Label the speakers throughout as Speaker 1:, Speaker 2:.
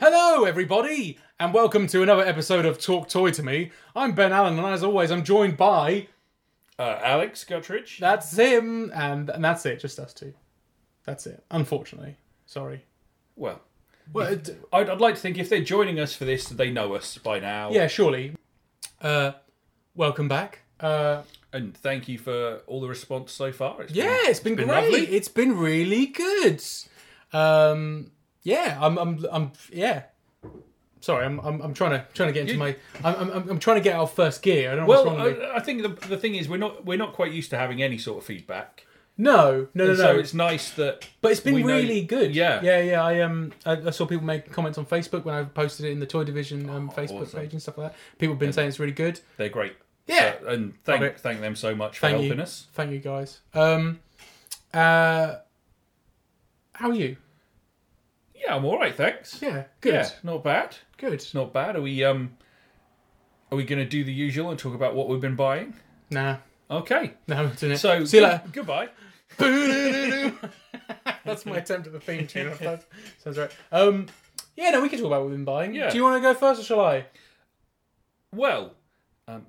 Speaker 1: Hello, everybody, and welcome to another episode of Talk Toy to Me. I'm Ben Allen, and as always, I'm joined by
Speaker 2: Uh, Alex Guttridge.
Speaker 1: that's him, and, and that's it, just us two. That's it. Unfortunately, sorry.
Speaker 2: Well,
Speaker 1: Well, it,
Speaker 2: I'd, I'd like to think if they're joining us for this, they know us by now.
Speaker 1: yeah, surely. Uh, welcome back. Uh,
Speaker 2: And thank you for all the response so far. It's
Speaker 1: yeah, it's been,
Speaker 2: been
Speaker 1: great.
Speaker 2: lovely.
Speaker 1: It's been really good. Um, yeah, I'm, I'm, I'm, yeah. Sorry, I'm, I'm, I'm trying to trying to get into
Speaker 2: You-
Speaker 1: my. I'm, I'm- I'm, I'm trying to get out of first gear. I don't know what's
Speaker 2: Well, uh,
Speaker 1: wrong with me.
Speaker 2: I, I think the, the thing is we're not we're not quite used to having any sort of feedback.
Speaker 1: No, no, no, no.
Speaker 2: So it's nice that.
Speaker 1: But it's been
Speaker 2: we know-
Speaker 1: really good.
Speaker 2: Yeah.
Speaker 1: yeah, yeah. I um, I, I saw people make comments on Facebook when I posted it in the Toy Division um, Facebook
Speaker 2: Oh, awesome.
Speaker 1: page and stuff like that. People have been saying it's really good.
Speaker 2: They're great.
Speaker 1: Yeah.
Speaker 2: So- and thank
Speaker 1: Love it.
Speaker 2: thank them so much for
Speaker 1: Thank
Speaker 2: helping
Speaker 1: you,
Speaker 2: us.
Speaker 1: thank you guys. Um, uh, how are you?
Speaker 2: Yeah, I'm all right. Thanks.
Speaker 1: Yeah, good,
Speaker 2: Yeah, not bad.
Speaker 1: good.
Speaker 2: It's not bad. Are we um, are we going to do the usual and talk about what we've been buying?
Speaker 1: Nah,
Speaker 2: Okay.
Speaker 1: no, I'm doing it.
Speaker 2: So
Speaker 1: see you
Speaker 2: good-
Speaker 1: later.
Speaker 2: Goodbye.
Speaker 1: That's my attempt at the theme tune. if that Sounds right. Um, yeah, no, we can talk about what we've been buying.
Speaker 2: Yeah.
Speaker 1: Do you want to go first or shall I?
Speaker 2: Well, um,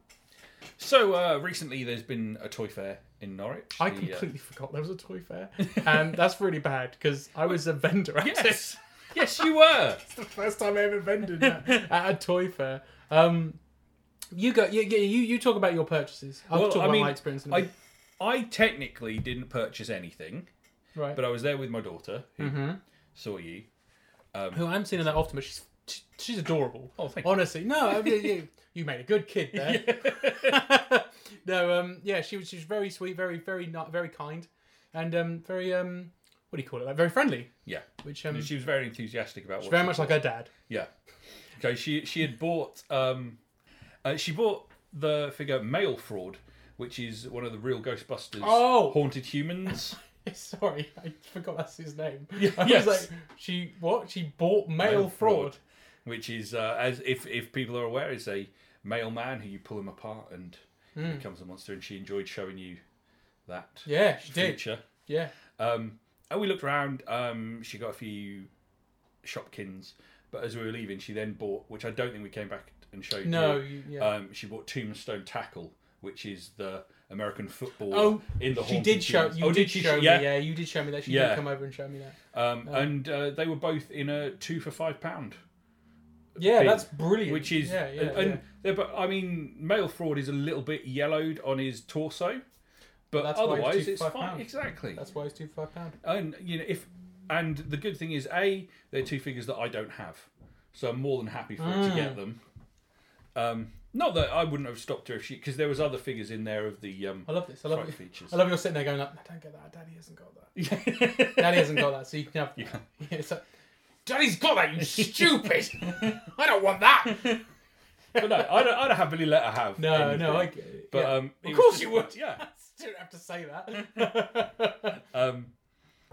Speaker 2: so uh, recently there's been a toy fair in Norwich.
Speaker 1: I
Speaker 2: The, uh,
Speaker 1: completely forgot there was a toy fair, and that's really bad because I was a vendor at it.
Speaker 2: yes, yes, you were.
Speaker 1: the first time I ever vended that at a toy fair. Um, you go. You, you you talk about your purchases. I'll
Speaker 2: Well,
Speaker 1: talk
Speaker 2: I
Speaker 1: about
Speaker 2: mean,
Speaker 1: my experience. In a
Speaker 2: I,
Speaker 1: bit.
Speaker 2: I technically didn't purchase anything,
Speaker 1: right.
Speaker 2: but I was there with my daughter who
Speaker 1: Mm-hmm.
Speaker 2: saw you. um,
Speaker 1: Who I haven't seen her that often, but she's she- she's adorable.
Speaker 2: Oh, thank you.
Speaker 1: Honestly, no, I mean, you, you made a good kid there. no, um, yeah, she was she was very sweet, very very not very kind, and um, very um, what do you call it? Like very friendly,
Speaker 2: Yeah,
Speaker 1: which um,
Speaker 2: And she was very enthusiastic about. What
Speaker 1: very
Speaker 2: she-
Speaker 1: much like her dad.
Speaker 2: Yeah. Okay. She she had bought um, uh, she bought the figure Mail Fraud, which is one of the real Ghostbusters
Speaker 1: Oh.
Speaker 2: haunted humans.
Speaker 1: Sorry, I forgot that's his name. I
Speaker 2: yes.
Speaker 1: was like, she what? She bought mail,
Speaker 2: Mail
Speaker 1: fraud.
Speaker 2: fraud. which is uh, as if if people are aware is a mailman who you pull him apart and he becomes a monster and she enjoyed showing you that
Speaker 1: Hmm. Yeah, she did.
Speaker 2: feature
Speaker 1: Yeah.
Speaker 2: um, and we looked around um, she got a few shopkins but as we were leaving she then bought which i don't think we came back and showed
Speaker 1: No,
Speaker 2: you,
Speaker 1: you- yeah.
Speaker 2: um, she bought tombstone tackle which is the american football
Speaker 1: Oh,
Speaker 2: in the
Speaker 1: She
Speaker 2: Haunted
Speaker 1: did show
Speaker 2: Humans.
Speaker 1: you
Speaker 2: oh,
Speaker 1: did,
Speaker 2: she
Speaker 1: show
Speaker 2: yeah
Speaker 1: me. Yeah, you did show me that. She did
Speaker 2: Yeah.
Speaker 1: come over and show me that.
Speaker 2: Um, and uh, they were both in a two for five pound
Speaker 1: Yeah,
Speaker 2: thing,
Speaker 1: that's brilliant.
Speaker 2: which is
Speaker 1: yeah, yeah,
Speaker 2: and,
Speaker 1: yeah.
Speaker 2: and they're but I mean male fraud is a little bit yellowed on his torso, but
Speaker 1: That's why it's
Speaker 2: otherwise
Speaker 1: two
Speaker 2: it's
Speaker 1: for
Speaker 2: fine
Speaker 1: five pounds.
Speaker 2: exactly.
Speaker 1: that's why it's two for five pound.
Speaker 2: And you know if and the good thing is a they're two figures that I don't have, so I'm more than happy for her to
Speaker 1: Mm.
Speaker 2: get them. Um, not that I wouldn't have stopped her if she because there was other figures in there of the um,
Speaker 1: I love this. I love
Speaker 2: Fright
Speaker 1: it.
Speaker 2: features.
Speaker 1: I love you're sitting there going, like, I don't get that. Daddy hasn't got that. Daddy hasn't got that. So you can have. Yeah. it's like, Daddy's got that. You stupid. I don't want that.
Speaker 2: but no, I'd, I'd happily let her have.
Speaker 1: No,
Speaker 2: anything.
Speaker 1: no, I get it.
Speaker 2: But
Speaker 1: yeah.
Speaker 2: um, it
Speaker 1: of
Speaker 2: was
Speaker 1: course
Speaker 2: just-
Speaker 1: you would.
Speaker 2: yeah.
Speaker 1: Didn't have to say that.
Speaker 2: Um,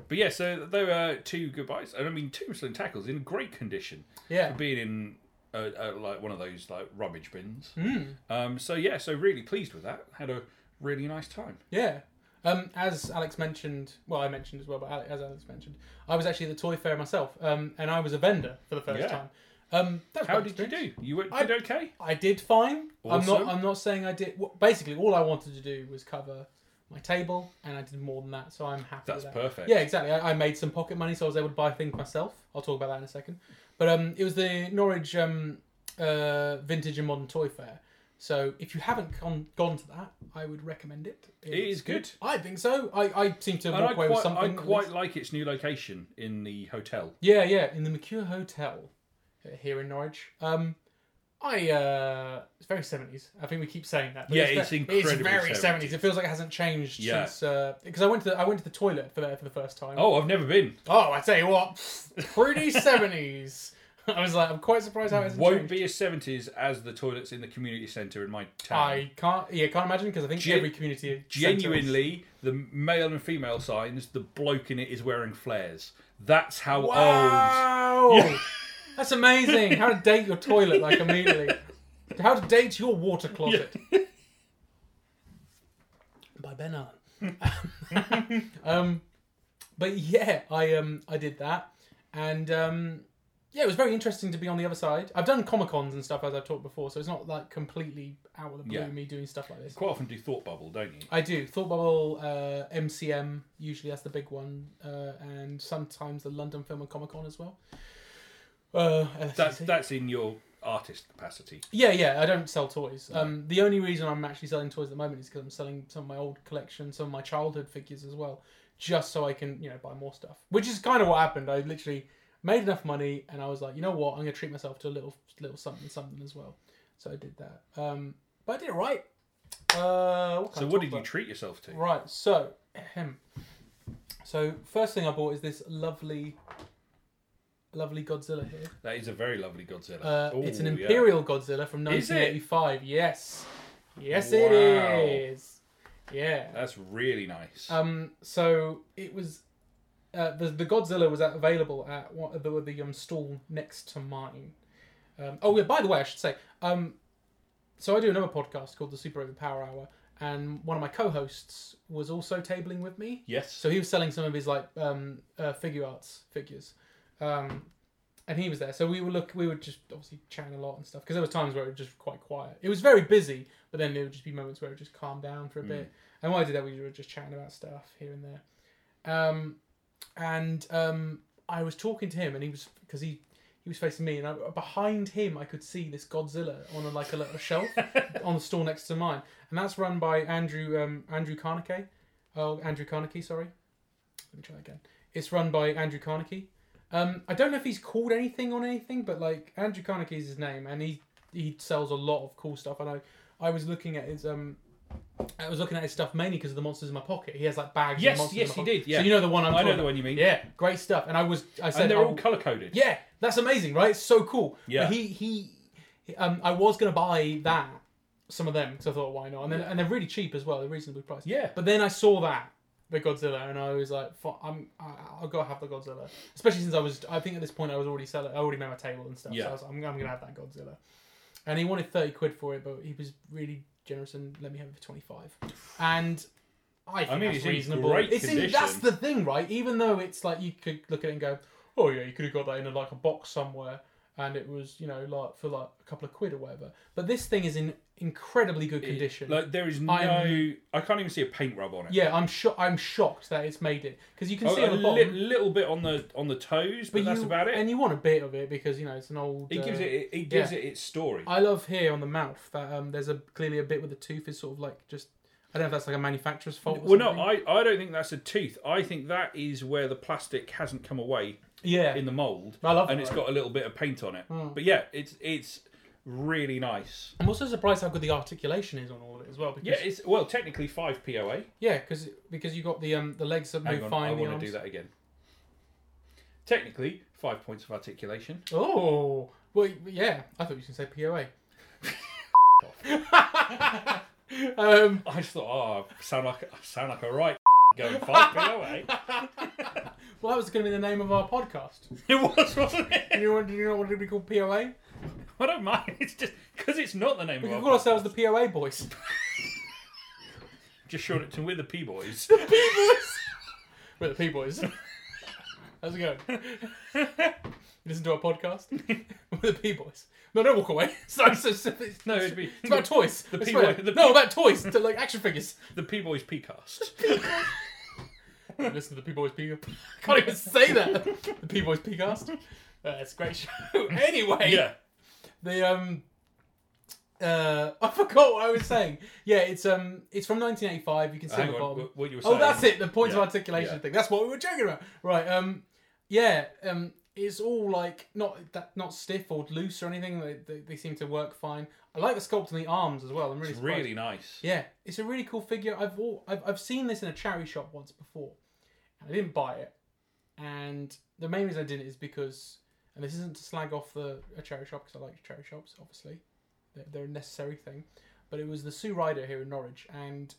Speaker 2: but yeah, so there were two goodbyes, and I mean Tombstone tackles in great condition
Speaker 1: yeah.
Speaker 2: for being in uh, uh, like one of those like rubbish bins.
Speaker 1: Hmm.
Speaker 2: Um, so yeah, so really pleased with that. Had a really nice time.
Speaker 1: Yeah. Um, as Alex mentioned, well, I mentioned as well, but Ale- as Alex mentioned, I was actually at the toy fair myself, um, and I was a vendor for the first
Speaker 2: Yeah.
Speaker 1: time. Um, that was
Speaker 2: How
Speaker 1: quite
Speaker 2: did you
Speaker 1: strange.
Speaker 2: do? You went,
Speaker 1: I-
Speaker 2: did okay.
Speaker 1: I did fine. I'm
Speaker 2: Awesome.
Speaker 1: not. I'm not saying I did. Well, basically, all I wanted to do was cover my table, and I did more than that, so I'm happy.
Speaker 2: That's
Speaker 1: with that.
Speaker 2: perfect.
Speaker 1: Yeah, exactly. I, I made some pocket money, so I was able to buy things myself. I'll talk about that in a second. But um, it was the Norwich um, uh, Vintage and Modern Toy Fair. So if you haven't gone gone to that, I would recommend it.
Speaker 2: It is good.
Speaker 1: I think so. I, I seem to
Speaker 2: And
Speaker 1: walk
Speaker 2: I
Speaker 1: away with
Speaker 2: quite, I
Speaker 1: something. at
Speaker 2: quite
Speaker 1: least.
Speaker 2: like its new location in the hotel.
Speaker 1: Yeah, yeah. In the Mercure Hotel uh, here in Norwich. Um, I uh, it's very seventies. I think we keep saying that. but
Speaker 2: Yeah,
Speaker 1: ve-
Speaker 2: it's incredibly
Speaker 1: It's very
Speaker 2: 70s.
Speaker 1: seventies. It feels like it hasn't changed
Speaker 2: Yeah.
Speaker 1: since because I went to the, I went to the toilet for that for the first time.
Speaker 2: Oh, I've never been.
Speaker 1: Oh, I tell you what, pretty seventies. I was like, I'm quite surprised how it's
Speaker 2: Won't
Speaker 1: changed.
Speaker 2: be as seventies as the toilets in the community centre in my town.
Speaker 1: I can't. Yeah, can't imagine because I think
Speaker 2: Gen-
Speaker 1: every community centre is-
Speaker 2: Genuinely, the male and female signs, the bloke in it is wearing flares. That's how old
Speaker 1: Wow, that's amazing. How to date your toilet like immediately? How to date your water closet? By Ben Allen. um, but yeah, I um I did that, and um yeah, it was very interesting to be on the other side. I've done Comic Cons and stuff as I've talked before, so it's not like completely out of the blue
Speaker 2: Yeah.
Speaker 1: me doing stuff like this.
Speaker 2: Quite often do Thought Bubble, don't you?
Speaker 1: I do. Thought Bubble, uh, MCM, usually that's the big one, uh, and sometimes the London Film and Comic Con as well. Uh, LSCC.
Speaker 2: That's that's in your artist capacity.
Speaker 1: Yeah, yeah, I don't sell toys. Um, the only reason I'm actually selling toys at the moment is because I'm selling some of my old collection, some of my childhood figures as well, just so I can, you know, buy more stuff. Which is kind of what happened. I literally made enough money, and I was like, you know what, I'm gonna treat myself to a little, little something, something as well. So I did that. Um, but I did it right. Uh, what can
Speaker 2: So
Speaker 1: I
Speaker 2: what
Speaker 1: talk
Speaker 2: did you
Speaker 1: about?
Speaker 2: treat yourself to?
Speaker 1: Right, so ahem. so first thing I bought is this lovely, lovely Godzilla here.
Speaker 2: That is a very lovely Godzilla.
Speaker 1: Uh,
Speaker 2: Ooh,
Speaker 1: it's an
Speaker 2: yeah.
Speaker 1: Imperial Godzilla from
Speaker 2: Is it?
Speaker 1: 1985. Yes, yes,
Speaker 2: Wow.
Speaker 1: it is. Yeah.
Speaker 2: That's really nice.
Speaker 1: Um. So it was. Uh, the, the Godzilla was at, available at one, the, the um, stall next to mine. Um, oh, yeah, by the way, I should say, um, so I do another podcast called the Super Overpower Hour, and one of my co hosts was also tabling with me.
Speaker 2: yes.
Speaker 1: So he was selling some of his like um, uh, figure arts figures, um, and he was there. So we would look, we would just obviously chatting a lot and stuff because there was times where it was just quite quiet. It was very busy, but then there would just be moments where it would just calmed down for a bit. And while I did that, we were just chatting about stuff here and there. Um, and um, I was talking to him, and he was because he he was facing me, and I, behind him I could see this Godzilla on a, like a little shelf on the store next to mine, and that's run by Andrew um, Andrew Carnegie. Oh, Andrew Carnegie, sorry. Let me try again. It's run by Andrew Carnegie. Um, I don't know if he's called anything on anything, but like Andrew Carnegie is his name, and he he sells a lot of cool stuff. And I I was looking at his um. I was looking at his stuff mainly because of the monsters in my pocket. He has like bags.
Speaker 2: Yes,
Speaker 1: of monsters
Speaker 2: yes,
Speaker 1: in my
Speaker 2: he
Speaker 1: Pocket.
Speaker 2: did, yeah.
Speaker 1: So you know the one I'm.
Speaker 2: I know
Speaker 1: talking
Speaker 2: the
Speaker 1: about.
Speaker 2: one you mean.
Speaker 1: Yeah, great stuff. And I was, I said,
Speaker 2: and they're
Speaker 1: I-
Speaker 2: all color coded.
Speaker 1: yeah, that's amazing, right? It's so cool.
Speaker 2: Yeah.
Speaker 1: But he he, um, I was gonna buy that some of them because I thought why not, and then and they're really cheap as well, they're reasonably priced.
Speaker 2: Yeah.
Speaker 1: But then I saw that the Godzilla, and I was like, "Fu- I'm I, I'll go have the Godzilla, especially since I was I think at this point I was already selling, I already made my table and stuff. So
Speaker 2: Yeah.
Speaker 1: I was like, I'm, I'm gonna have that Godzilla, and he wanted thirty quid for it, but he was really generous and let me have it for twenty five, and. I, think
Speaker 2: mean,
Speaker 1: that's
Speaker 2: it's in
Speaker 1: reasonable.
Speaker 2: great
Speaker 1: it's in, that's
Speaker 2: condition.
Speaker 1: the thing, right? Even though it's like you could look at it and go, oh yeah, you could have got that in a, like a box somewhere, and it was you know like for like a couple of quid or whatever. But this thing is in incredibly good condition.
Speaker 2: Like there is no. I'm,
Speaker 1: I'm-
Speaker 2: I can not even see a paint rub on it.
Speaker 1: yeah, I'm sho- I'm shocked that it's made it because you can
Speaker 2: Oh,
Speaker 1: see it
Speaker 2: a
Speaker 1: on the
Speaker 2: li-
Speaker 1: bottom,
Speaker 2: little bit on the on the toes, but,
Speaker 1: but
Speaker 2: that's
Speaker 1: you-
Speaker 2: about it.
Speaker 1: And you want a bit of it because you know it's an old.
Speaker 2: It
Speaker 1: uh,
Speaker 2: gives it it, it gives
Speaker 1: yeah.
Speaker 2: it its story.
Speaker 1: I love here on the mouth that um, there's a clearly a bit where the tooth is sort of like just. I don't know if that's like a manufacturer's fault. Or
Speaker 2: well, no,
Speaker 1: something.
Speaker 2: I, I don't think that's a tooth. I think that is where the plastic hasn't come away
Speaker 1: yeah,
Speaker 2: in the mold,
Speaker 1: I love
Speaker 2: and
Speaker 1: it.
Speaker 2: it's got a little bit of paint on it.
Speaker 1: Hmm.
Speaker 2: But yeah, it's it's really nice.
Speaker 1: I'm also surprised how good the articulation is on all of it as well. Because
Speaker 2: Yeah, it's well technically five POA.
Speaker 1: Yeah, because because you got the um the legs that
Speaker 2: Hang
Speaker 1: move
Speaker 2: on,
Speaker 1: fine.
Speaker 2: I
Speaker 1: the
Speaker 2: want
Speaker 1: arms.
Speaker 2: to do that again. Technically, five points of articulation.
Speaker 1: Oh, well, yeah. I thought you were going to say POA. um,
Speaker 2: I just thought, oh, I sound like I sound like a right going five POA.
Speaker 1: well, that was going to be the name of our podcast.
Speaker 2: It was, wasn't
Speaker 1: Do
Speaker 2: it?
Speaker 1: you, want, do you not want it to be called POA?
Speaker 2: I don't mind. It's just because it's not the name
Speaker 1: We
Speaker 2: of
Speaker 1: could
Speaker 2: our
Speaker 1: call ourselves the
Speaker 2: podcast.
Speaker 1: POA Boys.
Speaker 2: just short it to we're the P boys.
Speaker 1: P Boys. We're the P Boys. How's it going? You listen to our podcast. We're the P Boys. No, don't walk away. Sorry, so, so, it's,
Speaker 2: No, it'd be
Speaker 1: it's about toys.
Speaker 2: the
Speaker 1: I
Speaker 2: P
Speaker 1: swear.
Speaker 2: Boy- the
Speaker 1: no, about toys, to, like action figures.
Speaker 2: the P boys Pcast.
Speaker 1: listen to the P Boys P. I can't even say that. The P Boys Pcast. Uh, it's a great show. anyway,
Speaker 2: Yeah,
Speaker 1: the um, uh, I forgot what I was saying. Yeah, it's um, it's from 1985. You can see
Speaker 2: hang
Speaker 1: the
Speaker 2: on.
Speaker 1: bottom.
Speaker 2: wh- What you were saying?
Speaker 1: Oh, that's it. The points
Speaker 2: Yeah,
Speaker 1: of articulation
Speaker 2: yeah.
Speaker 1: thing. That's what we were joking about, right? Um, yeah. Um, it's all like not that not stiff or loose or anything. They, they, they seem to work fine. I like the sculpt on the arms as well. I'm really
Speaker 2: It's
Speaker 1: surprised.
Speaker 2: really nice.
Speaker 1: Yeah, it's a really cool figure. I've all, I've, I've seen this in a charity shop once before, and I didn't buy it. And the main reason I didn't is because, and this isn't to slag off the a charity shop because I like charity shops, obviously, they're, they're a necessary thing. But it was the Sue Rider here in Norwich, and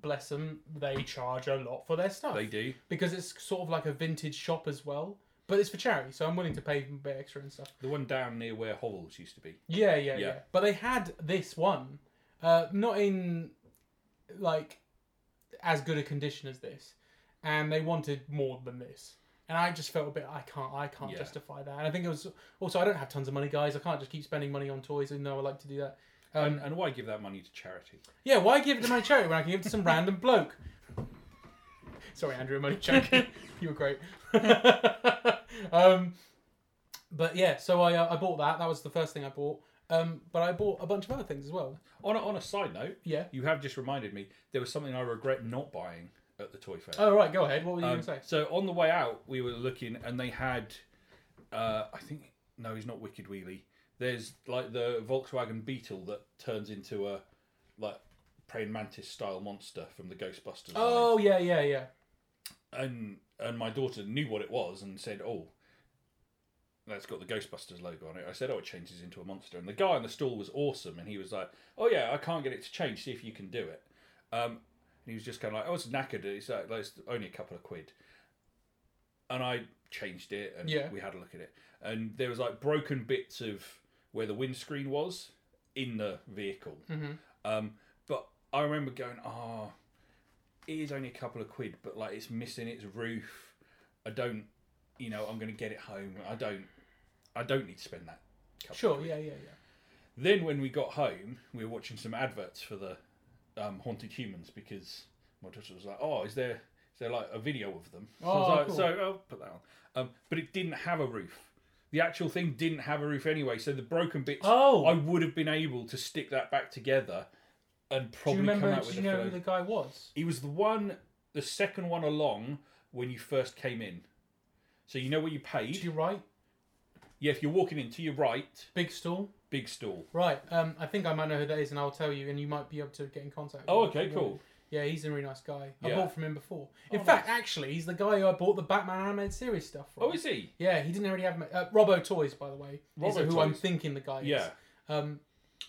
Speaker 1: bless them, they charge a lot for their stuff
Speaker 2: They do.
Speaker 1: because it's sort of like a vintage shop as well. But it's for charity, so I'm willing to pay a bit extra and stuff.
Speaker 2: The one down near where Hovels used to be.
Speaker 1: Yeah, yeah,
Speaker 2: Yeah.
Speaker 1: yeah. But they had this one, uh, not in like as good a condition as this, and they wanted more than this. and I just felt a bit I can't I can't
Speaker 2: Yeah.
Speaker 1: justify that. And I think it was also I don't have tons of money, guys. I can't just keep spending money on toys, even though I like to do that. Um,
Speaker 2: and, and why give that money to charity?
Speaker 1: yeah, why give it to my charity when I can give it to some random bloke? Sorry, Andrew, I'm only joking. you were great. um, but yeah, so I uh, I bought that. That was the first thing I bought. Um, but I bought a bunch of other things as well.
Speaker 2: On a, on a side note,
Speaker 1: Yeah.
Speaker 2: you have just reminded me there was something I regret not buying at the toy fair.
Speaker 1: Oh right, go ahead. What were you
Speaker 2: Um,
Speaker 1: going to say?
Speaker 2: so on the way out, we were looking, and they had, uh, I think, no, he's not Wicked Wheelie. There's like the Volkswagen Beetle that turns into a like praying mantis style monster from the Ghostbusters. line.
Speaker 1: Oh yeah, yeah, yeah.
Speaker 2: and and my daughter knew what it was and said, "Oh, that's got the Ghostbusters logo on it." I said, "Oh, it changes into a monster." And the guy on the stall was awesome, and he was like, "Oh yeah, I can't get it to change. See if you can do it." Um, and he was just kind of like, "Oh, it's knackered. It's, like, it's only a couple of quid." And I changed it, and
Speaker 1: Yeah.
Speaker 2: we had a look at it, and there was like broken bits of where the windscreen was in the vehicle. Um, but I remember going, "Oh." it is only a couple of quid, but like it's missing its roof. I don't, you know, I'm going to get it home. I don't, I don't need to spend that. Couple.
Speaker 1: Sure. Yeah, yeah, yeah.
Speaker 2: Then when we got home, we were watching some adverts for the um, haunted humans because my daughter was like, "Oh, is there is there like a video of them?" So I was
Speaker 1: Oh,
Speaker 2: like,
Speaker 1: cool.
Speaker 2: so I'll put that on. Um, but it didn't have a roof. The actual thing didn't have a roof anyway, so the broken bits.
Speaker 1: Oh.
Speaker 2: I would have been able to stick that back together, and
Speaker 1: Do you
Speaker 2: probably come
Speaker 1: remember?
Speaker 2: out
Speaker 1: Do
Speaker 2: with
Speaker 1: you
Speaker 2: a
Speaker 1: know
Speaker 2: photo.
Speaker 1: who the guy was?
Speaker 2: He was the one, the second one along when you first came in. So you know where you paid.
Speaker 1: Did you write
Speaker 2: yeah, if you're walking in to your right,
Speaker 1: Big Stool?
Speaker 2: big stall.
Speaker 1: Right. Um, I think I might know who that is, and I'll tell you, and you might be able to get in contact. with
Speaker 2: Oh,
Speaker 1: him.
Speaker 2: okay, cool.
Speaker 1: Yeah, he's a really nice guy. I
Speaker 2: Yeah.
Speaker 1: bought from him before. In
Speaker 2: Oh,
Speaker 1: fact, actually, he's the guy who I bought the Batman animated series stuff from.
Speaker 2: Oh, is he?
Speaker 1: Yeah, he didn't already have ma- uh, Robo Toys, by the way. is
Speaker 2: Robo
Speaker 1: who I'm
Speaker 2: Toys.
Speaker 1: thinking the guy is.
Speaker 2: Yeah.
Speaker 1: Um,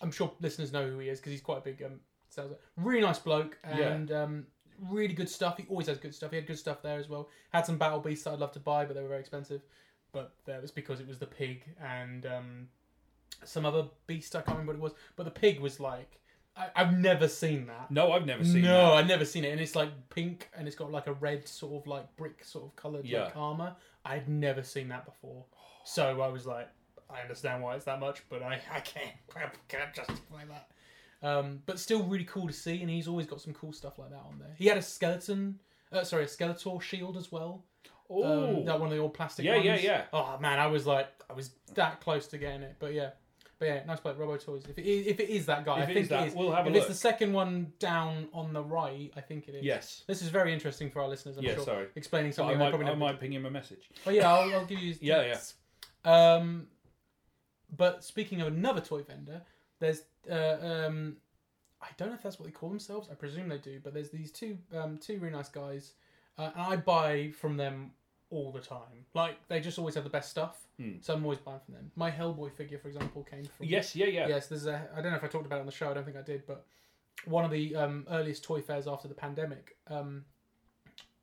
Speaker 1: I'm sure listeners know who he is because he's quite a big um, sales. Really nice bloke
Speaker 2: Yeah.
Speaker 1: and um, really good stuff. He always has good stuff. He had good stuff there as well. Had some Battle Beasts that I'd love to buy, but they were very expensive. But that was because it was the pig and um, some other beast. I can't remember what it was. But the pig was like, I- I've never seen that.
Speaker 2: No, I've never seen
Speaker 1: no,
Speaker 2: that.
Speaker 1: I've never seen it. And it's like pink and it's got like a red sort of like brick sort of coloured
Speaker 2: Yeah.
Speaker 1: like armour. I'd never seen that before. So I was like, I understand why it's that much, but I, I can't I can't justify that. Um, but still really cool to see, and he's always got some cool stuff like that on there. He had a skeleton, uh, sorry, a Skeletor shield as well.
Speaker 2: Oh,
Speaker 1: Um, that one of the old plastic
Speaker 2: Yeah,
Speaker 1: ones.
Speaker 2: yeah, yeah.
Speaker 1: Oh man, I was like, I was that close to getting it, but yeah, but yeah, nice play, Robo Toys. If it is, if it is that guy,
Speaker 2: If
Speaker 1: I
Speaker 2: it
Speaker 1: think
Speaker 2: is that,
Speaker 1: it is.
Speaker 2: we'll have a
Speaker 1: if it's the
Speaker 2: look.
Speaker 1: second one down on the right, I think it is.
Speaker 2: yes.
Speaker 1: This is very interesting for our listeners. I'm
Speaker 2: Yeah,
Speaker 1: sure.
Speaker 2: sorry.
Speaker 1: Explaining
Speaker 2: So I
Speaker 1: something they
Speaker 2: might,
Speaker 1: probably
Speaker 2: I
Speaker 1: never
Speaker 2: might ping him a message.
Speaker 1: Oh yeah, I'll, I'll give you. His
Speaker 2: Yeah,
Speaker 1: dates. Um, but speaking of another toy vendor, there's uh, um, I don't know if that's what they call themselves. I presume they do, but there's these two um, two really nice guys, uh, and I buy from them all the time. Like they just always have the best stuff,
Speaker 2: Hmm.
Speaker 1: so I'm always buying from them. My Hellboy figure, for example, came from
Speaker 2: Yes, yeah, yeah.
Speaker 1: Yes, there's a. I don't know if I talked about it on the show. I don't think I did, but one of the um, earliest toy fairs after the pandemic, um,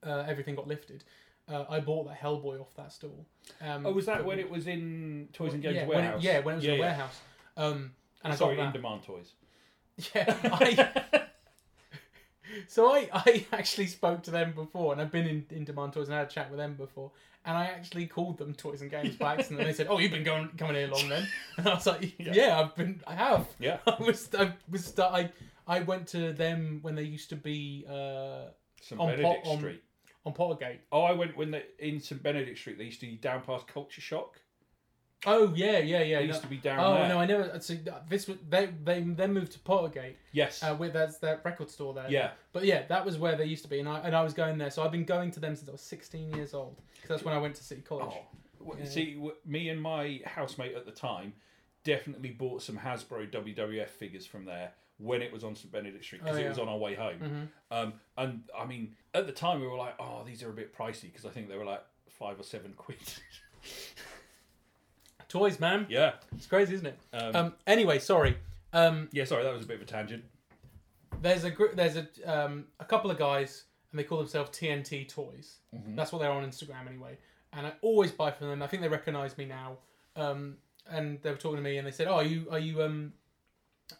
Speaker 1: uh, everything got lifted. Uh, I bought that Hellboy off that stall. Um,
Speaker 2: Oh, was that
Speaker 1: but-
Speaker 2: when it was in Toys and Games
Speaker 1: yeah, when it-
Speaker 2: warehouse?
Speaker 1: yeah, when it was in the
Speaker 2: yeah.
Speaker 1: warehouse. Um, and I
Speaker 2: Sorry,
Speaker 1: got
Speaker 2: in
Speaker 1: that.
Speaker 2: demand toys.
Speaker 1: Yeah, I, so I, I actually spoke to them before, and I've been in, in Demand Toys and I had a chat with them before, and I actually called them Toys and Games by accident, and they said, "Oh, you've been going coming here long then," and I was like, "Yeah,
Speaker 2: Yeah.
Speaker 1: I've been, I have."
Speaker 2: Yeah.
Speaker 1: I was, I was, sta- I, I went to them when they used to be uh,
Speaker 2: St
Speaker 1: On
Speaker 2: Benedict
Speaker 1: pot- on-
Speaker 2: Street.
Speaker 1: on Pottergate.
Speaker 2: Oh, I went when they in St Benedict Street. They used to be down past Culture Shock.
Speaker 1: Oh yeah, yeah, yeah.
Speaker 2: They
Speaker 1: no-
Speaker 2: used to be down
Speaker 1: oh
Speaker 2: there.
Speaker 1: no, I never. So this was they they then moved to Pottergate,
Speaker 2: yes.
Speaker 1: uh, where that's that record store there.
Speaker 2: yeah.
Speaker 1: But yeah, that was where they used to be, and I and I was going there. So I've been going to them since I was 16 years old. 'cause that's when I went to City College.
Speaker 2: Oh, w-
Speaker 1: Yeah.
Speaker 2: see, w- me and my housemate at the time definitely bought some Hasbro WWF figures from there when it was on St Benedict Street because
Speaker 1: Oh,
Speaker 2: it
Speaker 1: yeah.
Speaker 2: was on our way home. Um, and I mean, at the time we were like, "Oh, these are a bit pricey" because I think they were like five or seven quid.
Speaker 1: Toys, man.
Speaker 2: yeah,
Speaker 1: It's crazy, isn't it?
Speaker 2: Um,
Speaker 1: Um. Anyway, sorry. Um.
Speaker 2: yeah. Sorry, that was a bit of a tangent.
Speaker 1: There's a group. There's a um a couple of guys, and they call themselves TNT Toys. That's what they're on Instagram anyway. And I always buy from them. I think they recognise me now. Um. And they were talking to me, and they said, "Oh, are you are you um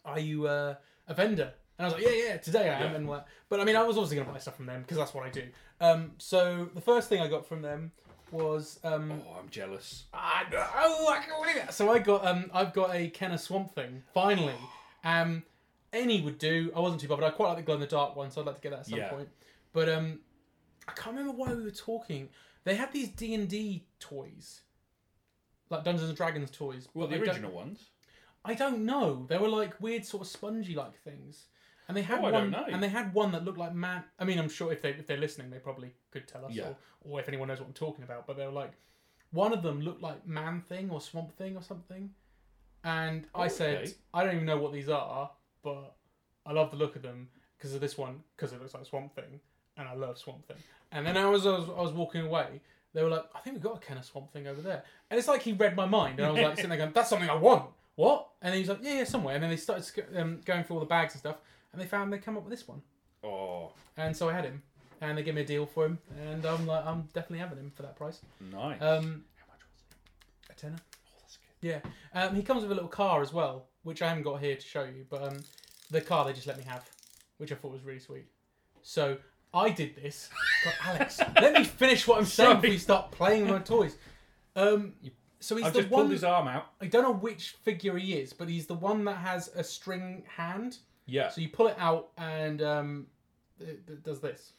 Speaker 1: are you uh, a vendor? And I was like, yeah, yeah, today I am.
Speaker 2: Yeah.
Speaker 1: And like, but I mean, I was obviously going to buy stuff from them because that's what I do. Um, so the first thing I got from them was um,
Speaker 2: Oh, I'm jealous.
Speaker 1: I, oh, I can't believe it. So I got um, I've got a Kenner Swamp Thing finally. Um, any would do. I wasn't too bothered. I quite like the glow in the dark one, so I'd like to get that at some
Speaker 2: Yeah.
Speaker 1: point. But um, I can't remember why we were talking. They had these D and D toys, like Dungeons and Dragons toys.
Speaker 2: Well,
Speaker 1: but
Speaker 2: the
Speaker 1: I don't-
Speaker 2: original ones.
Speaker 1: I don't know. They were like weird, sort of spongy like things. And they had
Speaker 2: Oh, I
Speaker 1: one.
Speaker 2: don't know.
Speaker 1: and they had one that looked like man. I mean, I'm sure if they if they're listening, they probably could tell us,
Speaker 2: Yeah.
Speaker 1: or, or if anyone knows what I'm talking about. But they were like, one of them looked like man thing or swamp thing or something. And I
Speaker 2: Oh,
Speaker 1: said,
Speaker 2: okay.
Speaker 1: I don't even know what these are, but I love the look of them because of this one because it looks like swamp thing, and I love swamp thing. And then I was I was, I was walking away. They were like, I think we've got a can of swamp thing over there. And it's like he read my mind. And I was like sitting there going, that's something I want. What? And then he was like, yeah, yeah, somewhere. And then they started sc- um, going through all the bags and stuff. And they found they come up with this one.
Speaker 2: Oh,
Speaker 1: And so I had him. And they gave me a deal for him. And I'm like, I'm definitely having him for that price.
Speaker 2: nice.
Speaker 1: Um,
Speaker 2: How much was it?
Speaker 1: a tenner.
Speaker 2: Oh, that's good.
Speaker 1: Yeah. Um, he comes with a little car as well, which I haven't got here to show you. But um, the car they just let me have, which I thought was really sweet. So I did this. God, Alex, let me finish what I'm saying
Speaker 2: Sorry.
Speaker 1: before you start playing with my toys. Um, so he's
Speaker 2: I've
Speaker 1: the
Speaker 2: just
Speaker 1: one.
Speaker 2: pulled his arm out.
Speaker 1: I don't know which figure he is, but he's the one that has a string hand.
Speaker 2: Yeah.
Speaker 1: So you pull it out and um, it, it does this.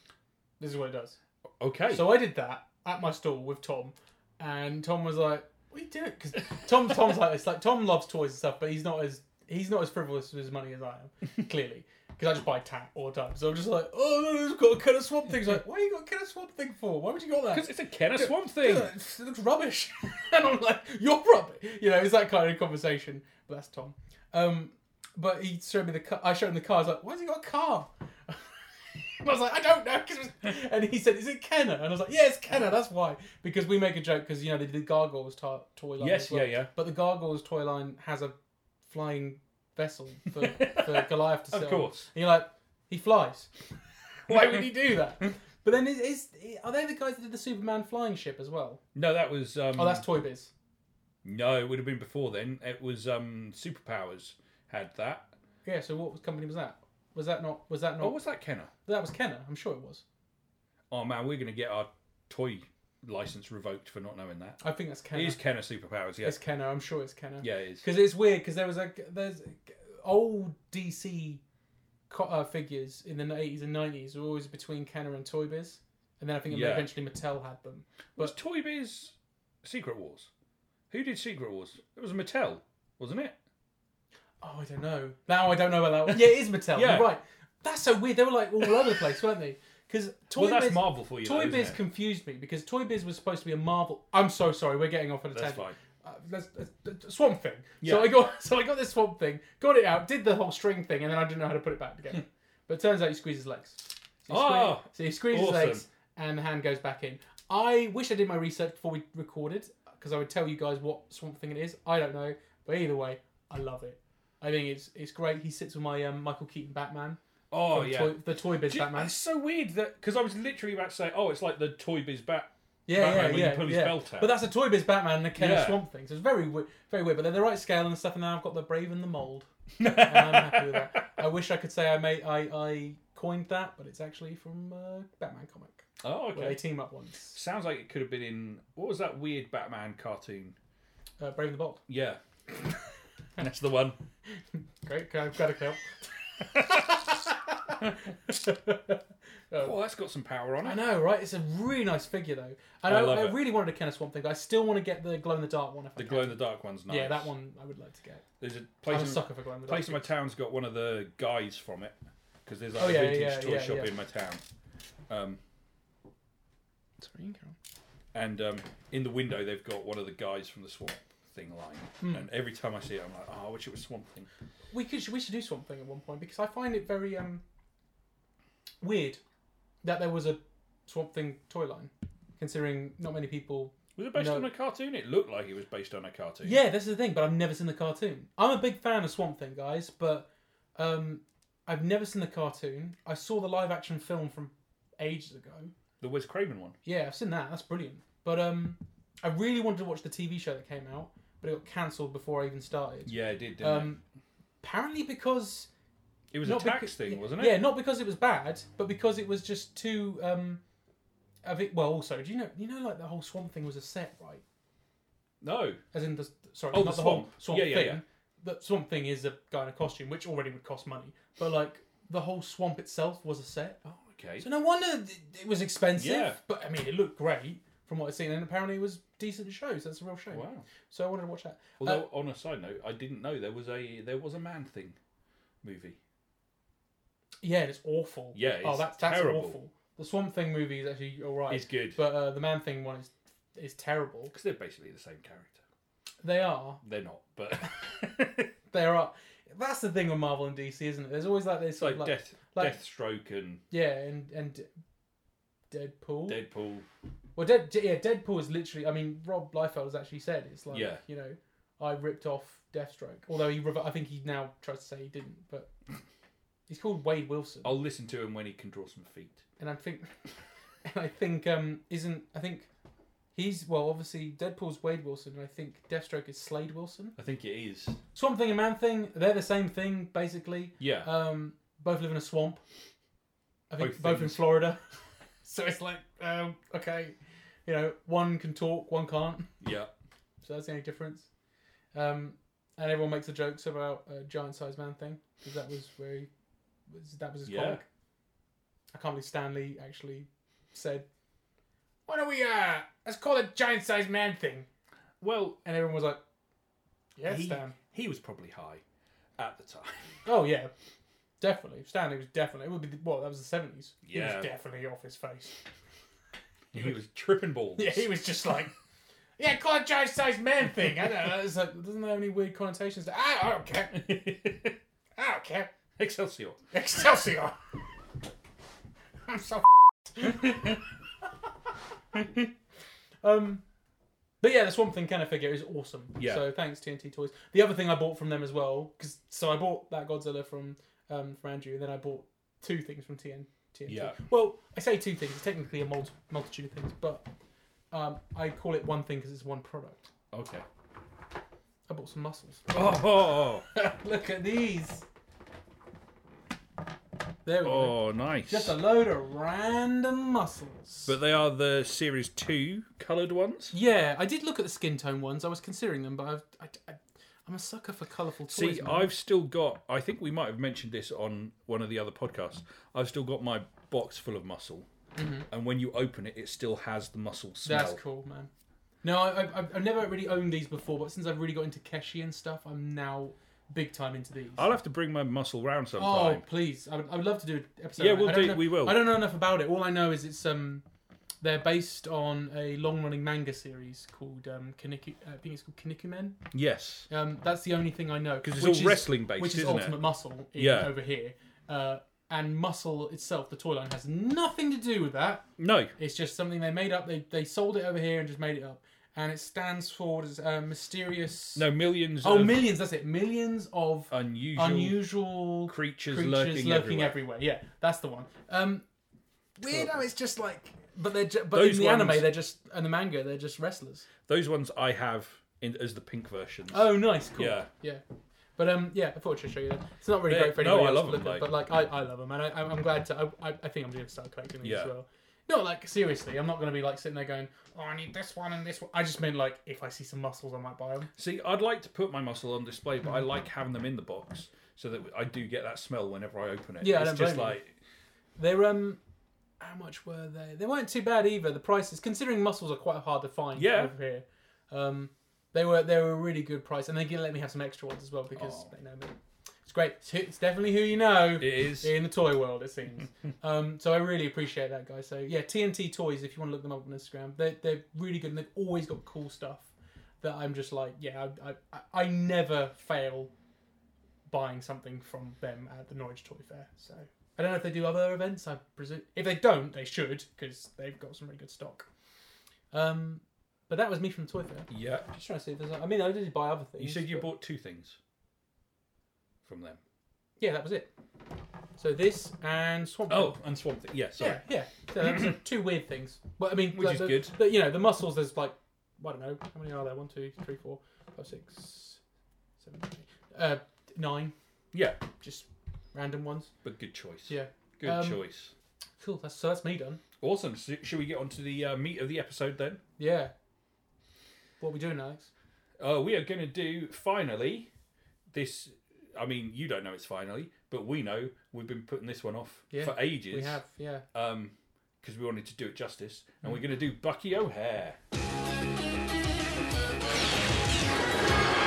Speaker 1: This is what it does.
Speaker 2: Okay.
Speaker 1: So I did that at my stall with Tom, and Tom was like, "What are you doing?" Because Tom, Tom's like this. Like Tom loves toys and stuff, but he's not as he's not as frivolous with his money as I am, clearly. Because I just buy tat all the time. So I'm just like, "Oh no, no, it's got a Kenner Swamp thing." He's like, "Why you got a Kenner Swamp thing for? Why would you got that?"
Speaker 2: because it's a Kenner Swamp
Speaker 1: Yeah,
Speaker 2: thing.
Speaker 1: it looks rubbish. and I'm like, you're rubbish. You know, it's that kind of conversation. But that's Tom. Um, but he showed me the car. I showed him the car. I was like, why's he got a car? I was like, I don't know. 'cause it was- And he said, is it Kenner? And I was like, yeah, it's Kenner. That's why. Because we make a joke because, you know, they did the Gargoyles to- toy line.
Speaker 2: Yes,
Speaker 1: as well.
Speaker 2: yeah, yeah.
Speaker 1: But the Gargoyles toy line has a flying vessel for, for Goliath to
Speaker 2: Of
Speaker 1: sit on.
Speaker 2: course.
Speaker 1: And you're like, he flies. Why would he do that? But then is, is are they the guys that did the Superman flying ship as well?
Speaker 2: No, that was. Um,
Speaker 1: Oh, that's Toy Biz.
Speaker 2: no, it would have been before then. It was um, Superpowers had that.
Speaker 1: Yeah. So what company was that? Was that not? Was that not?
Speaker 2: Oh, was that Kenner?
Speaker 1: that was Kenner. I'm sure it was.
Speaker 2: Oh man, we're gonna get our toy license revoked for not knowing that.
Speaker 1: I think that's Kenner.
Speaker 2: It is Kenner Superpowers. Yeah.
Speaker 1: It's Kenner. I'm sure it's Kenner.
Speaker 2: Yeah, it is.
Speaker 1: Because it's weird. Because there was a there's old DC co- uh, figures in the 80s and 90s were always between Kenner and Toy Biz, and then I think
Speaker 2: Yeah.
Speaker 1: eventually Mattel had them.
Speaker 2: was Toy Biz Secret Wars? Who did Secret Wars? It was Mattel, wasn't it?
Speaker 1: Oh, I don't know. Now I don't know about that. One. Yeah, it is Mattel.
Speaker 2: Yeah.
Speaker 1: You're right. That's so weird. They were like all over the place, weren't they? Because Toy
Speaker 2: well, that's
Speaker 1: Biz,
Speaker 2: Marvel for you.
Speaker 1: Toy
Speaker 2: though,
Speaker 1: Biz
Speaker 2: isn't it?
Speaker 1: confused me because Toy Biz was supposed to be a Marvel. I'm so sorry. We're getting off on a
Speaker 2: That's
Speaker 1: tangent.
Speaker 2: fine.
Speaker 1: uh, let's, let's- swamp thing.
Speaker 2: Yeah.
Speaker 1: So I got so I got this swamp thing, got it out, did the whole string thing, and then I didn't know how to put it back together. but it turns out you squeeze his legs. So you squeeze,
Speaker 2: Oh,
Speaker 1: so you squeeze
Speaker 2: awesome.
Speaker 1: his legs, and the hand goes back in. I wish I did my research before we recorded because I would tell you guys what swamp thing it is. I don't know, but either way, I love it. I think it's it's great. He sits with my um, Michael Keaton Batman.
Speaker 2: Oh
Speaker 1: the
Speaker 2: yeah.
Speaker 1: toy, the toy biz
Speaker 2: Do you-
Speaker 1: Batman.
Speaker 2: It's so weird that because I was literally about to say, oh, it's like the Toy Biz Bat.
Speaker 1: Yeah,
Speaker 2: Batman
Speaker 1: yeah,
Speaker 2: when you
Speaker 1: yeah,
Speaker 2: pull his
Speaker 1: yeah.
Speaker 2: belt out.
Speaker 1: But that's a toy biz Batman and a Ken
Speaker 2: Yeah.
Speaker 1: Swamp thing. So it's very, we- very weird. But they're the right scale and stuff. And now I've got the Brave and the Mold. and I'm happy with that. I wish I could say I made, I, I coined that, but it's actually from a Batman comic
Speaker 2: Oh,
Speaker 1: where they
Speaker 2: okay.
Speaker 1: team up once.
Speaker 2: Sounds like it could have been in what was that weird Batman cartoon?
Speaker 1: Uh, Brave and the Bold.
Speaker 2: Yeah, that's the one.
Speaker 1: Great. Okay, I've got a kill.
Speaker 2: Oh, that's got some power on
Speaker 1: I
Speaker 2: it.
Speaker 1: know, right? It's a really nice figure, though. And
Speaker 2: I
Speaker 1: I,
Speaker 2: love
Speaker 1: I,
Speaker 2: it.
Speaker 1: really wanted a Ken Swamp thing, but I still want to get the glow in the dark one. If
Speaker 2: The
Speaker 1: I can.
Speaker 2: glow in the dark one's nice.
Speaker 1: Yeah, that one I would like to get.
Speaker 2: There's a
Speaker 1: I'm
Speaker 2: place.
Speaker 1: a
Speaker 2: in-
Speaker 1: sucker for glow in the dark.
Speaker 2: place in my town's got one of the guys from it because there's like
Speaker 1: Oh,
Speaker 2: a
Speaker 1: yeah,
Speaker 2: vintage
Speaker 1: yeah,
Speaker 2: toy
Speaker 1: yeah,
Speaker 2: shop
Speaker 1: yeah.
Speaker 2: in my town. Um,
Speaker 1: Sorry, carry on.
Speaker 2: and um, in the window they've got one of the guys from the Swamp Thing line.
Speaker 1: Hmm.
Speaker 2: And every time I see it, I'm like, oh, I wish it was Swamp Thing.
Speaker 1: We could we should do something at one point because I find it very um weird that there was a Swamp Thing toy line, considering not many people.
Speaker 2: Was it based
Speaker 1: No.
Speaker 2: on a cartoon? It looked like it was based on a cartoon.
Speaker 1: Yeah, this is the thing, but I've never seen the cartoon. I'm a big fan of Swamp Thing, guys, but um, I've never seen the cartoon. I saw the live action film from ages ago.
Speaker 2: The Wes Craven one.
Speaker 1: Yeah, I've seen that. That's brilliant. But um, I really wanted to watch the TV show that came out, but it got cancelled before I even started.
Speaker 2: Yeah, it did. Didn't
Speaker 1: Um, apparently because
Speaker 2: it? it was a
Speaker 1: not
Speaker 2: tax
Speaker 1: becau-
Speaker 2: thing, wasn't it?
Speaker 1: Yeah, not because it was bad, but because it was just too um, I think. Well, also, do you know? You know, like the whole swamp thing was a set, right?
Speaker 2: No.
Speaker 1: As in the sorry,
Speaker 2: Oh,
Speaker 1: not the,
Speaker 2: the
Speaker 1: whole
Speaker 2: swamp.
Speaker 1: swamp
Speaker 2: Yeah, yeah,
Speaker 1: thing.
Speaker 2: yeah.
Speaker 1: The swamp thing is a guy in a costume, which already would cost money. But like the whole swamp itself was a set,
Speaker 2: Oh, okay.
Speaker 1: so no wonder th- it was expensive.
Speaker 2: Yeah.
Speaker 1: But I mean, it looked great from what I've seen, and apparently it was decent shows. That's a real shame.
Speaker 2: Wow.
Speaker 1: So I wanted to watch that. Uh,
Speaker 2: Although, on a side note, I didn't know there was a there was a man thing movie.
Speaker 1: Yeah, and it's awful.
Speaker 2: Yeah,
Speaker 1: oh,
Speaker 2: it's
Speaker 1: that's that's
Speaker 2: terrible.
Speaker 1: awful. The Swamp Thing movie is actually alright.
Speaker 2: It's good
Speaker 1: But uh, the Man Thing one is is terrible.
Speaker 2: because they're basically the same character.
Speaker 1: They are.
Speaker 2: They're not, but
Speaker 1: They are. That's the thing with Marvel and DC, isn't it? There's always like this
Speaker 2: it's like,
Speaker 1: like
Speaker 2: Death
Speaker 1: like-
Speaker 2: Deathstroke and
Speaker 1: yeah, and and Deadpool.
Speaker 2: Deadpool.
Speaker 1: well, Dead yeah, Deadpool is literally. I mean, Rob Liefeld has actually said it's like
Speaker 2: Yeah.
Speaker 1: you know I ripped off Deathstroke. Although he, rev- I think he now tries to say he didn't, but he's called Wade Wilson,
Speaker 2: I'll listen to him when he can draw some feet.
Speaker 1: and I think and I think um isn't I think. He's well, obviously Deadpool's Wade Wilson, and I think Deathstroke is Slade Wilson.
Speaker 2: I think it is.
Speaker 1: Swamp Thing and Man Thing, they're the same thing basically.
Speaker 2: Yeah.
Speaker 1: Um, both live in a swamp. I think
Speaker 2: Both
Speaker 1: both, in
Speaker 2: things.
Speaker 1: Florida. so it's like, um, okay, you know, one can talk, one can't.
Speaker 2: yeah.
Speaker 1: So that's the only difference. Um, and everyone makes the jokes about uh, giant sized man thing because that was where he was, that was his
Speaker 2: Yeah.
Speaker 1: comic. I can't believe Stanley actually said, "Why don't we uh, let's call it giant sized man thing?"
Speaker 2: Well,
Speaker 1: And everyone was like, "Yes,
Speaker 2: he,
Speaker 1: Stan."
Speaker 2: he was probably high at the time.
Speaker 1: Oh yeah, definitely. Stanley was definitely. It would be the- well. That was the seventies. he
Speaker 2: Yeah.
Speaker 1: was definitely off his face.
Speaker 2: He was tripping balls.
Speaker 1: Yeah, he was just like, yeah, call it giant sized man thing. I don't know. It's like, doesn't that have any weird connotations? I, I don't care. I don't care.
Speaker 2: Excelsior.
Speaker 1: Excelsior. I'm so. um. But yeah, the Swamp Thing kind of figure is awesome.
Speaker 2: Yeah.
Speaker 1: So thanks TNT Toys. The other thing I bought from them as well, because so I bought that Godzilla from um, from Andrew, and then I bought two things from TN, TNT.
Speaker 2: Yeah.
Speaker 1: Well, I say two things. It's technically a mul- multitude of things, but um, I call it one thing because it's one product.
Speaker 2: Okay.
Speaker 1: I bought some mussels.
Speaker 2: Oh, oh,
Speaker 1: Look at these. There we
Speaker 2: oh,
Speaker 1: go.
Speaker 2: oh, nice.
Speaker 1: Just a load of random muscles.
Speaker 2: But they are the series two coloured ones.
Speaker 1: yeah, I did look at the skin tone ones. I was considering them, but I've, I, am a sucker for colourful toys.
Speaker 2: See,
Speaker 1: man.
Speaker 2: I've still got. I think we might have mentioned this on one of the other podcasts. I've still got my box full of muscle, and when you open it, it still has the muscle smell.
Speaker 1: Mm-hmm. That's cool, man. No, I, I, I've- I've never really owned these before, but since I've really got into Keshi and stuff, I'm now big time into these.
Speaker 2: I'll have to bring my muscle round
Speaker 1: oh,
Speaker 2: sometime.
Speaker 1: please. I would, I would love to do an episode.
Speaker 2: Yeah,
Speaker 1: on it.
Speaker 2: we'll
Speaker 1: I don't
Speaker 2: do-
Speaker 1: know-
Speaker 2: we will.
Speaker 1: I don't know enough about it. All I know is it's um, they're based on a long-running manga series called um, Kiniku. I think it's called Kinikumen.
Speaker 2: Yes,
Speaker 1: Um, that's the only thing I know.
Speaker 2: 'Cause it's
Speaker 1: Which
Speaker 2: all
Speaker 1: is-
Speaker 2: wrestling based,
Speaker 1: which is
Speaker 2: isn't it?
Speaker 1: Ultimate Muscle in,
Speaker 2: Yeah.
Speaker 1: over here. Uh, and Muscle itself, the toy line, has nothing to do with that.
Speaker 2: no,
Speaker 1: It's just something they made up. They they sold it over here and just made it up. And it stands for as uh, mysterious.
Speaker 2: no millions.
Speaker 1: Oh,
Speaker 2: of
Speaker 1: millions. That's it. Millions of
Speaker 2: unusual,
Speaker 1: unusual
Speaker 2: creatures,
Speaker 1: creatures
Speaker 2: lurking,
Speaker 1: lurking,
Speaker 2: everywhere.
Speaker 1: everywhere. Yeah, that's the one. Um, weirdo. It's just like, but they're ju- but
Speaker 2: Those
Speaker 1: in the
Speaker 2: ones-
Speaker 1: anime, they're just and the manga, they're just wrestlers.
Speaker 2: Those ones I have in, as the pink versions.
Speaker 1: Oh, nice, cool.
Speaker 2: Yeah.
Speaker 1: yeah. But um, yeah, I thought I'd show you that. It's not really
Speaker 2: Yeah,
Speaker 1: great for
Speaker 2: no,
Speaker 1: anybody
Speaker 2: I
Speaker 1: else
Speaker 2: love
Speaker 1: to
Speaker 2: 'em,
Speaker 1: look at, but like I, I love them, and I, I'm I'm glad to. I, I, I think I'm going to start collecting these as
Speaker 2: Yeah.
Speaker 1: well. No, like seriously, I'm not going to be like sitting there going, "Oh, I need this one and this one." I just meant like if I see some muscles, I might buy them.
Speaker 2: See, I'd like to put my muscle on display, but I like having them in the box so that I do get that smell whenever I open it.
Speaker 1: Yeah, I
Speaker 2: it's
Speaker 1: don't
Speaker 2: just
Speaker 1: blame you.
Speaker 2: like
Speaker 1: They're um, how much were they? They weren't too bad either. The prices, considering muscles are quite hard to find
Speaker 2: Yeah.
Speaker 1: over here, um, they were they were a really good price, and they let me have some extra ones as well because
Speaker 2: Oh.
Speaker 1: they know me. It's great. It's, who- it's definitely who you know.
Speaker 2: it is.
Speaker 1: in the toy world it seems um, so i really appreciate that guys so yeah tnt toys if you want to look them up on instagram they're, they're really good and they've always got cool stuff that i'm just like yeah i, I, I never fail buying something from them at the norwich toy fair so i don't know if they do other events i presume if they don't they should because they've got some really good stock um, but that was me from toy fair
Speaker 2: yeah.
Speaker 1: I'm just trying to see if there's i mean i did buy other things
Speaker 2: You said you
Speaker 1: but-
Speaker 2: bought two things from them.
Speaker 1: yeah that was it so this and swamp Thing.
Speaker 2: Oh, and Swamp Thing. Yeah, sorry.
Speaker 1: Yeah, yeah. So that was uh, two weird things. But I mean,
Speaker 2: Which
Speaker 1: like,
Speaker 2: is
Speaker 1: the-
Speaker 2: good.
Speaker 1: the- you know, the muscles. There's like, I don't know, how many are there? One, two, three, four, five, six, seven, eight, uh, nine.
Speaker 2: Yeah.
Speaker 1: Just random ones.
Speaker 2: But good choice.
Speaker 1: Yeah.
Speaker 2: Good
Speaker 1: Um,
Speaker 2: choice.
Speaker 1: Cool. That's, so that's me done.
Speaker 2: Awesome. So, should we get on to the uh, meat of the episode then?
Speaker 1: Yeah. What are we doing, Alex?
Speaker 2: Uh, we are going to do finally this. I mean, you don't know it's finally, but we know we've been putting this one off
Speaker 1: Yeah,
Speaker 2: for ages.
Speaker 1: We have, Mm. yeah.
Speaker 2: um, because we wanted to do it justice, and we're going to do Bucky O'Hare.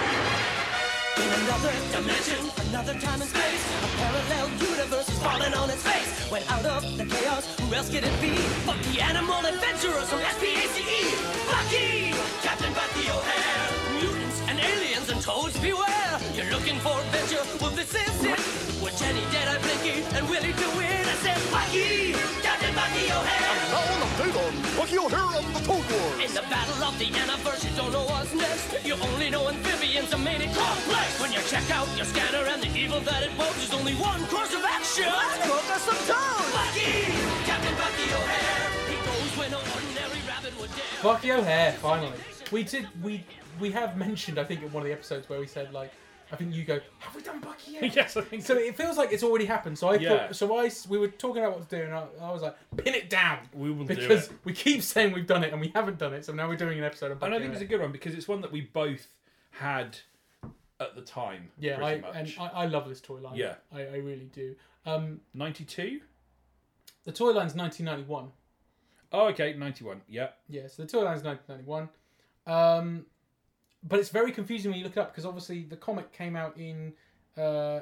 Speaker 3: In another dimension, another time and space, a parallel universe is falling on its face. When out of the chaos, who else could it be? But the animal adventurers from SPACE! Bucky! E. Captain Bucky O'Hare! Mutants and aliens and toads beware! You're looking for adventure, well this is it! With Jenny, Deadeye, Blinky, and Willie DeWitt, I said Bucky! E! Captain Bucky O'Hare!
Speaker 4: Now on the Dayton, Bucky O'Hare and the Code Wars.
Speaker 3: In the battle of the universe, you don't know what's next. You only know amphibians are made it complex. When you check out your scanner and the evil that it poses, there's only one course of action. Let's cook us some toes. Bucky, Captain Bucky O'Hare. He goes when an ordinary rabbit would dare.
Speaker 1: Bucky O'Hare, finally. We did, we we have mentioned, I think, in one of the episodes where we said, like, I think you go, have we done Bucky yet?
Speaker 2: Yes, I think
Speaker 1: So it feels like it's already happened. So I
Speaker 2: Yeah.
Speaker 1: thought, so I, s- we were talking about what to do, and I, I was like, pin it down.
Speaker 2: We will do
Speaker 1: because
Speaker 2: it.
Speaker 1: we keep saying we've done it and we haven't done it. So now we're doing an episode of Bucky.
Speaker 2: And I think it's a
Speaker 1: O'Hare.
Speaker 2: good one because it's one that we both had at the time.
Speaker 1: yeah, I,
Speaker 2: pretty much.
Speaker 1: and I, I love this toy line.
Speaker 2: Yeah.
Speaker 1: I, I really do. Um,
Speaker 2: 92?
Speaker 1: the toy line's 1991.
Speaker 2: Oh, okay, 91. Yeah.
Speaker 1: Yeah, so the toy line's 1991. Um, but it's very confusing when you look it up because obviously the comic came out in uh,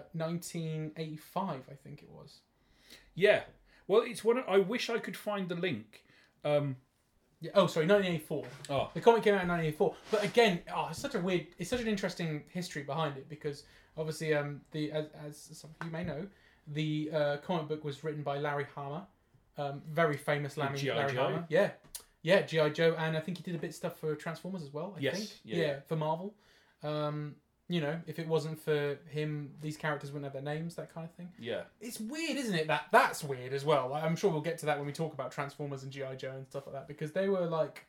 Speaker 1: 1985, I think it was.
Speaker 2: Yeah. Well, it's one. I wish I could find the link. Um,
Speaker 1: Yeah, oh, sorry, 1984.
Speaker 2: Oh.
Speaker 1: The comic came out in 1984. But again, oh, it's such a weird, it's such an interesting history behind it because obviously, um, the as, as some of you may know, the uh, comic book was written by Larry Harmer, um, very famous Larry,
Speaker 2: G.I.
Speaker 1: Larry
Speaker 2: Joe?
Speaker 1: Harmer. Yeah, yeah, GI Joe, and I think he did a bit of stuff for Transformers as well. I
Speaker 2: Yes,
Speaker 1: think.
Speaker 2: yeah, yeah.
Speaker 1: for Marvel. Um, you know, if it wasn't for him, these characters wouldn't have their names, that kind of thing
Speaker 2: yeah.
Speaker 1: it's weird, isn't it? That that's weird as well. Like, I'm sure we'll get to that when we talk about Transformers and GI Joe and stuff like that because they were like,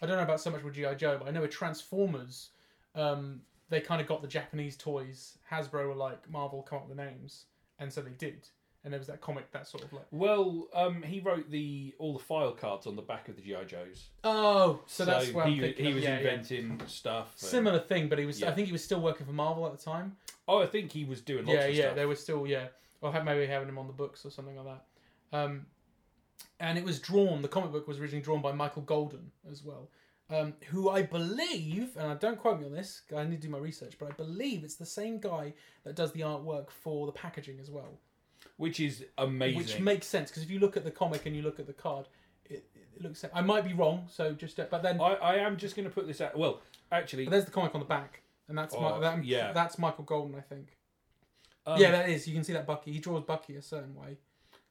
Speaker 1: I don't know about so much with GI Joe, but I know with Transformers, um, they kind of got the Japanese toys. Hasbro were like, Marvel, come up with the names, and so they did. And there was that comic that sort of like,
Speaker 2: Well, um, he wrote the all the file cards on the back of the GI Joes.
Speaker 1: oh, so, that's where
Speaker 2: he,
Speaker 1: I'm thinking
Speaker 2: he
Speaker 1: of-
Speaker 2: was
Speaker 1: yeah, yeah.
Speaker 2: inventing stuff. and-
Speaker 1: Similar thing, but he was. I
Speaker 2: Yeah.
Speaker 1: think he was still working for Marvel at the time.
Speaker 2: Oh, I think he was doing lots
Speaker 1: yeah,
Speaker 2: of
Speaker 1: yeah,
Speaker 2: stuff.
Speaker 1: they were still yeah, or ha- maybe having him on the books or something like that. Um, and it was drawn. The comic book was originally drawn by Michael Golden as well, um, who I believe, and I don't quote me on this. 'cause I need to do my research, but I believe it's the same guy that does the artwork for the packaging as well,
Speaker 2: which is amazing.
Speaker 1: which makes sense because if you look at the comic and you look at the card, it, it looks. I might be wrong, so just uh, but then
Speaker 2: I, I am just going to put this out. Well, actually,
Speaker 1: but there's the comic on the back, and that's my,
Speaker 2: Oh,
Speaker 1: that,
Speaker 2: yeah.
Speaker 1: that's Michael Golden, I think.
Speaker 2: um,
Speaker 1: yeah, that is. You can see that Bucky. He draws Bucky a certain way.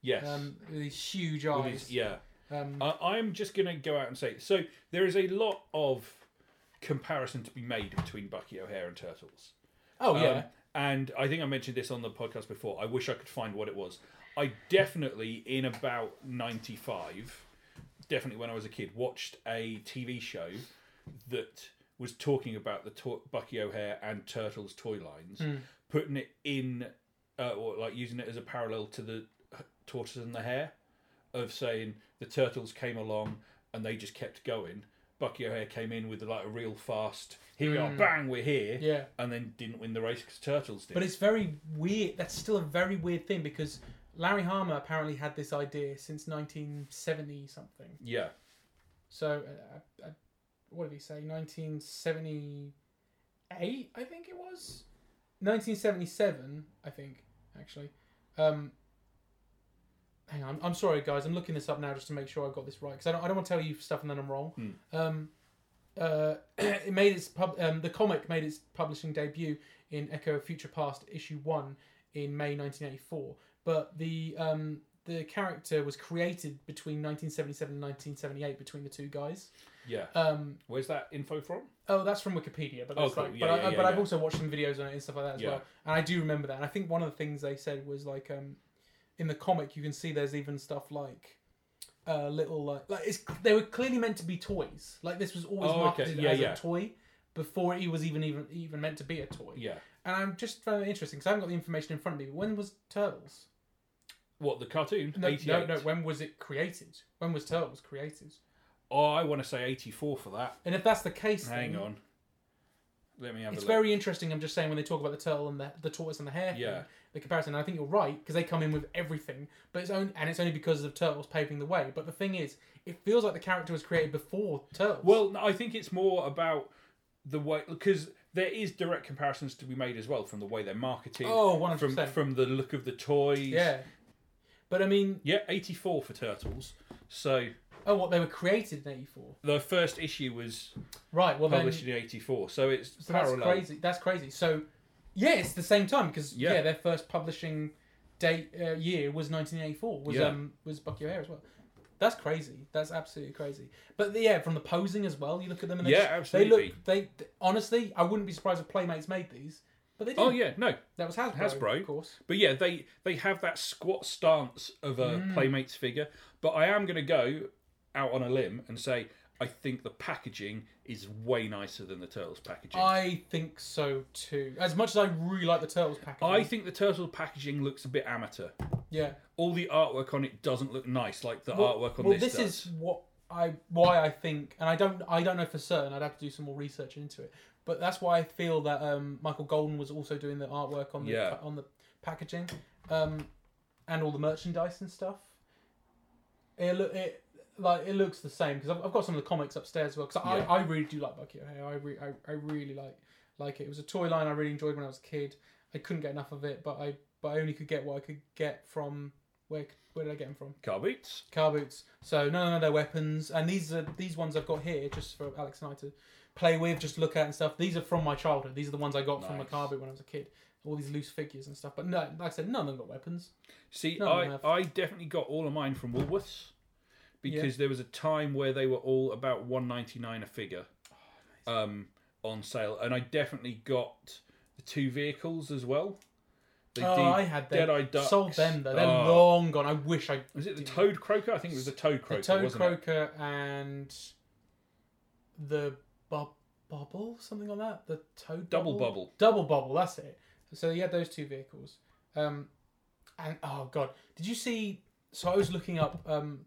Speaker 2: yes,
Speaker 1: um, with these huge
Speaker 2: It
Speaker 1: eyes.
Speaker 2: is, yeah.
Speaker 1: Um,
Speaker 2: I, I'm just going to go out and say so. There is a lot of comparison to be made between Bucky O'Hare and Turtles.
Speaker 1: oh yeah,
Speaker 2: Um, and I think I mentioned this on the podcast before. I wish I could find what it was. I definitely, in about 95, definitely when I was a kid, watched a TV show that was talking about the to- Bucky O'Hare and Turtles toy lines,
Speaker 1: Hmm.
Speaker 2: putting it in, uh, or like using it as a parallel to the h- tortoise and the hare, of saying the Turtles came along and they just kept going. Bucky O'Hare came in with like a real fast, here we are, bang, we're here
Speaker 1: Hmm. Yeah.
Speaker 2: and then didn't win the race because turtles did.
Speaker 1: but it's very weird. That's still a very weird thing because Larry Harmer apparently had this idea since 1970 something.
Speaker 2: yeah,
Speaker 1: So, uh, uh, what did he say? 1978, I think it was. 1977, I think actually. Um, hang on, I'm sorry, guys. I'm looking this up now just to make sure I've got this right because I don't, I don't want to tell you stuff and then I'm wrong. Um, uh, it made its pub. Um, the comic made its publishing debut in Echo of Future Past issue one in May 1984. But the um, the character was created between 1977 and 1978 between the two guys.
Speaker 2: yeah.
Speaker 1: Um,
Speaker 2: Where's that info from?
Speaker 1: Oh, that's from Wikipedia, but
Speaker 2: Oh,
Speaker 1: that's
Speaker 2: cool.
Speaker 1: like,
Speaker 2: Yeah,
Speaker 1: but,
Speaker 2: yeah,
Speaker 1: I,
Speaker 2: yeah,
Speaker 1: but I've
Speaker 2: yeah.
Speaker 1: also watched some videos on it and stuff like that as
Speaker 2: Yeah.
Speaker 1: well, and I do remember that. And I think one of the things they said was like, um, in the comic, you can see there's even stuff like, uh, little like, like it's they were clearly meant to be toys. Like this was always
Speaker 2: Oh, okay.
Speaker 1: marketed
Speaker 2: Yeah,
Speaker 1: as
Speaker 2: yeah.
Speaker 1: a toy before it was even even even meant to be a toy.
Speaker 2: Yeah,
Speaker 1: And I'm just found it interesting because I haven't got the information in front of me. But when was Turtles?
Speaker 2: What the cartoon?
Speaker 1: No,
Speaker 2: Eighty
Speaker 1: no,
Speaker 2: eight.
Speaker 1: no. When was it created? When was Turtles created?
Speaker 2: Oh, I want to say eighty four for that.
Speaker 1: And if that's the case,
Speaker 2: Hang
Speaker 1: then
Speaker 2: on. Let me have
Speaker 1: It's
Speaker 2: a look.
Speaker 1: very interesting. I'm just saying when they talk about the turtle and the, the tortoise and the hare, thing,
Speaker 2: Yeah.
Speaker 1: the comparison. I think you're right because they come in with everything, but it's only and it's only because of turtles paving the way. But the thing is, it feels like the character was created before turtles.
Speaker 2: Well, no, I think it's more about the way because there is direct comparisons to be made as well from the way they're marketed.
Speaker 1: Oh, 100%.
Speaker 2: From from the look of the toys.
Speaker 1: yeah, but I mean,
Speaker 2: Yeah, 84 for Turtles. So
Speaker 1: oh, what they were created in '84,
Speaker 2: the first issue was
Speaker 1: right? Well, then,
Speaker 2: published in 84. So it's
Speaker 1: so that's
Speaker 2: parallel.
Speaker 1: crazy. That's crazy. So, yeah, it's the same time because yeah.
Speaker 2: Yeah.
Speaker 1: their first publishing date uh, year was 1984. Was
Speaker 2: Yeah.
Speaker 1: um was Bucky O'Hare as well. That's crazy. That's absolutely crazy. But the- yeah, from the posing as well, you look at them and they
Speaker 2: Yeah,
Speaker 1: just- they look
Speaker 2: absolutely.
Speaker 1: they honestly, I wouldn't be surprised if Playmates made these, but they did.
Speaker 2: Oh yeah, no.
Speaker 1: that was Hasbro.
Speaker 2: Hasbro.
Speaker 1: of course.
Speaker 2: But yeah, they they have that squat stance of a
Speaker 1: Mm.
Speaker 2: Playmates figure, but I am going to go out on a limb and say I think the packaging is way nicer than the Turtles packaging.
Speaker 1: I think so too. As much as I really like the Turtles package,
Speaker 2: I think the turtle packaging looks a bit amateur.
Speaker 1: yeah.
Speaker 2: All the artwork on it doesn't look nice, like the artwork on
Speaker 1: well,
Speaker 2: this, does.
Speaker 1: is what I why I think, and I don't I don't know for certain. I'd have to do some more research into it, but that's why I feel that um, Michael Golden was also doing the artwork on the
Speaker 2: Yeah.
Speaker 1: on the packaging, um, and all the merchandise and stuff. It look it. Like it looks the same because I've, I've got some of the comics upstairs as well because
Speaker 2: Yeah.
Speaker 1: I, I really do like Bucky O'Hare I, re- I I really like like it. It was a toy line I really enjoyed when I was a kid. I couldn't get enough of it, but I but I only could get what I could get from where where did I get them from?
Speaker 2: Car boots.
Speaker 1: car boots. So none of their weapons, and these are these ones I've got here just for Alex and I to play with, just look at and stuff. These are from my childhood. These are the ones I got from a
Speaker 2: Nice.
Speaker 1: car boot when I was a kid. All these loose figures and stuff. But no, like I said, none of them got weapons.
Speaker 2: See,
Speaker 1: No,
Speaker 2: I,
Speaker 1: no.
Speaker 2: I definitely got all of mine from Woolworths because there was a time where they were all about one ninety nine a figure,
Speaker 1: Oh,
Speaker 2: um, on sale, and I definitely got the two vehicles as well. They
Speaker 1: Oh,
Speaker 2: did
Speaker 1: I had them.
Speaker 2: Deadeye Ducks.
Speaker 1: Sold them though. They're
Speaker 2: Oh.
Speaker 1: long gone. I wish I
Speaker 2: Was it the
Speaker 1: did.
Speaker 2: Toad Croaker? I think it was the Toad
Speaker 1: the
Speaker 2: Croaker.
Speaker 1: Toad
Speaker 2: wasn't it?
Speaker 1: Croaker and the bub- bubble, something like that. The Toad
Speaker 2: Double Bubble.
Speaker 1: double bubble. That's it. So you had those two vehicles. Um, and oh god, did you see? So I was looking up um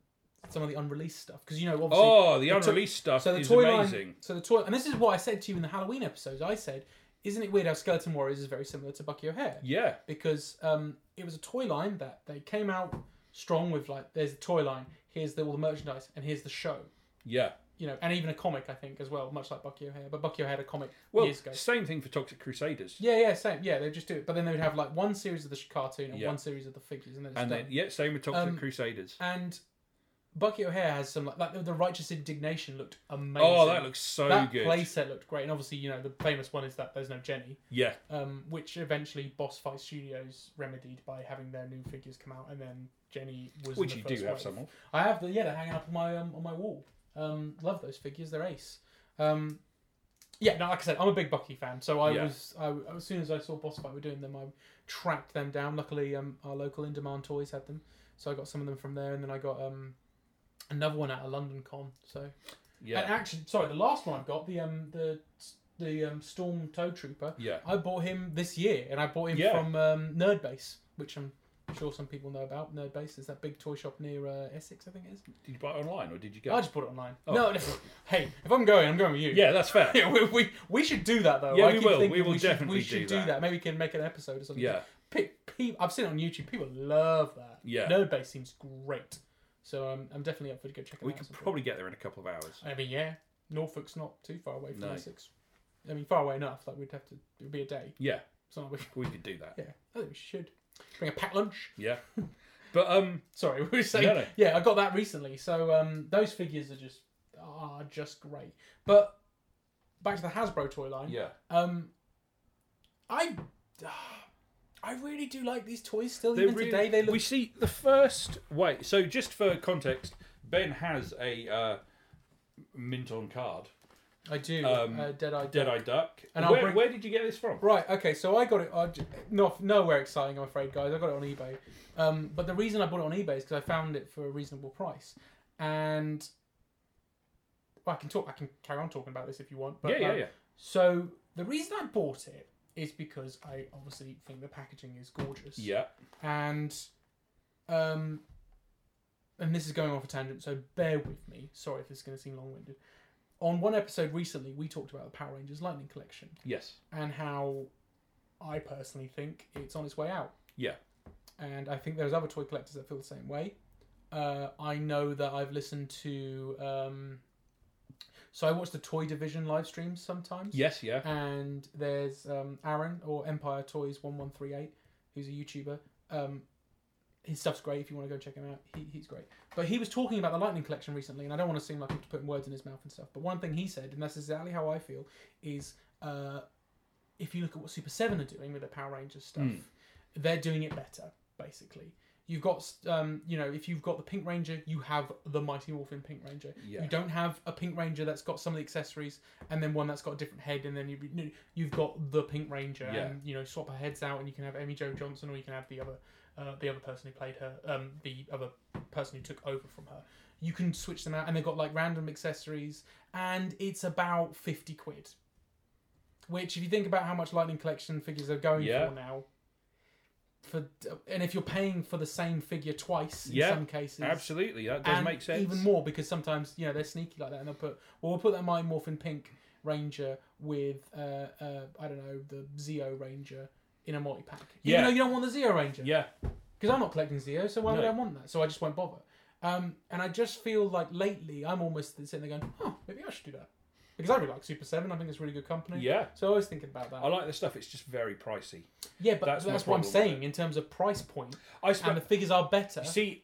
Speaker 1: some of the unreleased stuff because you know obviously
Speaker 2: Oh, the
Speaker 1: to-
Speaker 2: unreleased stuff
Speaker 1: so the
Speaker 2: is
Speaker 1: toy
Speaker 2: amazing.
Speaker 1: Line, so the toy, and this is what I said to you in the Halloween episodes. I said, "Isn't it weird how Skeleton Warriors is very similar to Bucky O'Hare?"
Speaker 2: Yeah,
Speaker 1: because um, it was a toy line that they came out strong with. Like, there's the toy line, here's the, all the merchandise, and here's the show.
Speaker 2: yeah.
Speaker 1: You know, and even a comic, I think, as well, much like Bucky O'Hare. But Bucky O'Hare had a comic
Speaker 2: Well,
Speaker 1: years ago.
Speaker 2: same thing for Toxic Crusaders.
Speaker 1: Yeah, yeah, same. Yeah, they just do it. But then they would have like one series of the sh- cartoon and
Speaker 2: Yeah.
Speaker 1: one series of the figures, and then it's
Speaker 2: And
Speaker 1: done.
Speaker 2: then, yeah, same with Toxic
Speaker 1: Um,
Speaker 2: Crusaders.
Speaker 1: And Bucky O'Hare has some like, like the Righteous Indignation looked amazing.
Speaker 2: Oh, that looks so
Speaker 1: that
Speaker 2: good.
Speaker 1: playset looked great, and obviously, you know, the famous one is that there's no Jenny.
Speaker 2: Yeah,
Speaker 1: um, which eventually Boss Fight Studios remedied by having their new figures come out, and then Jenny was. in
Speaker 2: Which
Speaker 1: the
Speaker 2: you
Speaker 1: first
Speaker 2: do have
Speaker 1: wave.
Speaker 2: some of.
Speaker 1: I have the yeah, they're hanging up on my um, on my wall. Um, love those figures, they're ace. Um, yeah, no, like I said, I'm a big Bucky fan, so I
Speaker 2: Yeah.
Speaker 1: was I, as soon as I saw Boss Fight were doing them, I tracked them down. Luckily, um, our local in demand toys had them, so I got some of them from there, and then I got um. Another one at a London con, so
Speaker 2: yeah.
Speaker 1: and actually, sorry, the last one I've got the um the the um Storm Tow Trooper.
Speaker 2: Yeah.
Speaker 1: I bought him this year, and I bought him
Speaker 2: Yeah.
Speaker 1: from um, Nerdbase, which I'm sure some people know about. Nerdbase is that big toy shop near uh, Essex, I think it is.
Speaker 2: Did you buy it online or did you
Speaker 1: I
Speaker 2: go?
Speaker 1: just bought it online. No, no, hey, if I'm going, I'm going with you.
Speaker 2: Yeah, that's fair.
Speaker 1: Yeah, we, we, we should do that though.
Speaker 2: Yeah,
Speaker 1: I
Speaker 2: we
Speaker 1: keep
Speaker 2: will.
Speaker 1: thinking
Speaker 2: We will
Speaker 1: should-
Speaker 2: definitely
Speaker 1: we should
Speaker 2: do
Speaker 1: do that.
Speaker 2: that.
Speaker 1: Maybe we can make an episode or something.
Speaker 2: Yeah.
Speaker 1: Pe- pe- I've seen it on YouTube. People love that.
Speaker 2: Yeah.
Speaker 1: Nerdbase seems great, so um, I'm definitely up for go check it out.
Speaker 2: We
Speaker 1: at
Speaker 2: could
Speaker 1: some point.
Speaker 2: probably get there in a couple of hours.
Speaker 1: I mean, yeah, Norfolk's not too far away from
Speaker 2: No.
Speaker 1: Essex. I mean, far away enough. Like we'd have to. It'd be a day.
Speaker 2: Yeah,
Speaker 1: It's not like we,
Speaker 2: we could do that.
Speaker 1: yeah, I think we should bring a packed lunch.
Speaker 2: Yeah. But um
Speaker 1: Sorry, we were saying.
Speaker 2: No, no.
Speaker 1: Yeah, I got that recently. So um, those figures are just are just great. But back to the Hasbro toy line.
Speaker 2: yeah.
Speaker 1: Um, I. I really do like these toys still.
Speaker 2: They
Speaker 1: Even
Speaker 2: really-
Speaker 1: today, they look.
Speaker 2: We see the first way. So just for context, Ben has a uh mint on card.
Speaker 1: I do.
Speaker 2: um,
Speaker 1: uh, Dead Eye.
Speaker 2: Dead Eye Duck.
Speaker 1: And
Speaker 2: And
Speaker 1: I'll
Speaker 2: where,
Speaker 1: bring-
Speaker 2: where did you get this from?
Speaker 1: Right. Okay. So I got it. I, j- no, nowhere exciting, I'm afraid, guys. I got it on eBay. Um, but the reason I bought it on eBay is because I found it for a reasonable price, and well, I can talk. I can carry on talking about this if you want. But,
Speaker 2: Yeah, yeah,
Speaker 1: um,
Speaker 2: yeah.
Speaker 1: So the reason I bought it is because I obviously think the packaging is gorgeous
Speaker 2: Yeah.
Speaker 1: and um, and this is going off a tangent, so bear with me. Sorry if this is going to seem long winded. On one episode recently, we talked about the Power Rangers Lightning Collection
Speaker 2: Yes.
Speaker 1: and how I personally think it's on its way out.
Speaker 2: Yeah.
Speaker 1: and I think there's other toy collectors that feel the same way. Uh, I know that I've listened to. Um, so I watch the Toy Division live streams sometimes.
Speaker 2: Yes. Yeah.
Speaker 1: And there's um, Aaron or Empire Toys one one three eight, who's a YouTuber. Um, his stuff's great if you want to go check him out. He, he's great. But he was talking about the Lightning Collection recently, and I don't want to seem like I'm putting words in his mouth and stuff. But one thing he said, and that's exactly how I feel, is uh, if you look at what Super Seven are doing with the Power Rangers stuff,
Speaker 2: Hmm.
Speaker 1: they're doing it better. Basically, you've got um, you know if you've got the Pink Ranger, you have the Mighty Morphin Pink Ranger.
Speaker 2: Yeah.
Speaker 1: You don't have a Pink Ranger that's got some of the accessories, and then one that's got a different head, and then you, you've got the Pink Ranger,
Speaker 2: Yeah.
Speaker 1: and you know swap her heads out, and you can have Emmy Jo Johnson, or you can have the other uh, the other person who played her, um, the other person who took over from her. You can switch them out, and they've got like random accessories, and it's about fifty quid. Which, if you think about how much Lightning Collection figures are going
Speaker 2: Yeah.
Speaker 1: for now, for and if you're paying for the same figure twice in
Speaker 2: Yeah,
Speaker 1: some cases,
Speaker 2: Absolutely. That does
Speaker 1: and
Speaker 2: make sense.
Speaker 1: Even more because sometimes you know they're sneaky like that, and they'll put well, we'll put that Mighty Morphin Pink Ranger with uh, uh, I don't know the Zeo Ranger in a multi pack.
Speaker 2: Yeah.
Speaker 1: Even though you don't want the Zeo Ranger.
Speaker 2: Yeah.
Speaker 1: Because I'm not collecting Zeo, so why would
Speaker 2: No.
Speaker 1: I want that? So I just won't bother. Um, and I just feel like lately I'm almost sitting there going, huh, maybe I should do that because I really like Super Seven. I think it's a really good company.
Speaker 2: Yeah.
Speaker 1: So I was thinking about that.
Speaker 2: I like the stuff. It's just very pricey.
Speaker 1: yeah, but
Speaker 2: that's
Speaker 1: that's,
Speaker 2: my
Speaker 1: what I'm
Speaker 2: problem with
Speaker 1: saying in terms of price point,
Speaker 2: I spe-
Speaker 1: and the figures are better.
Speaker 2: see.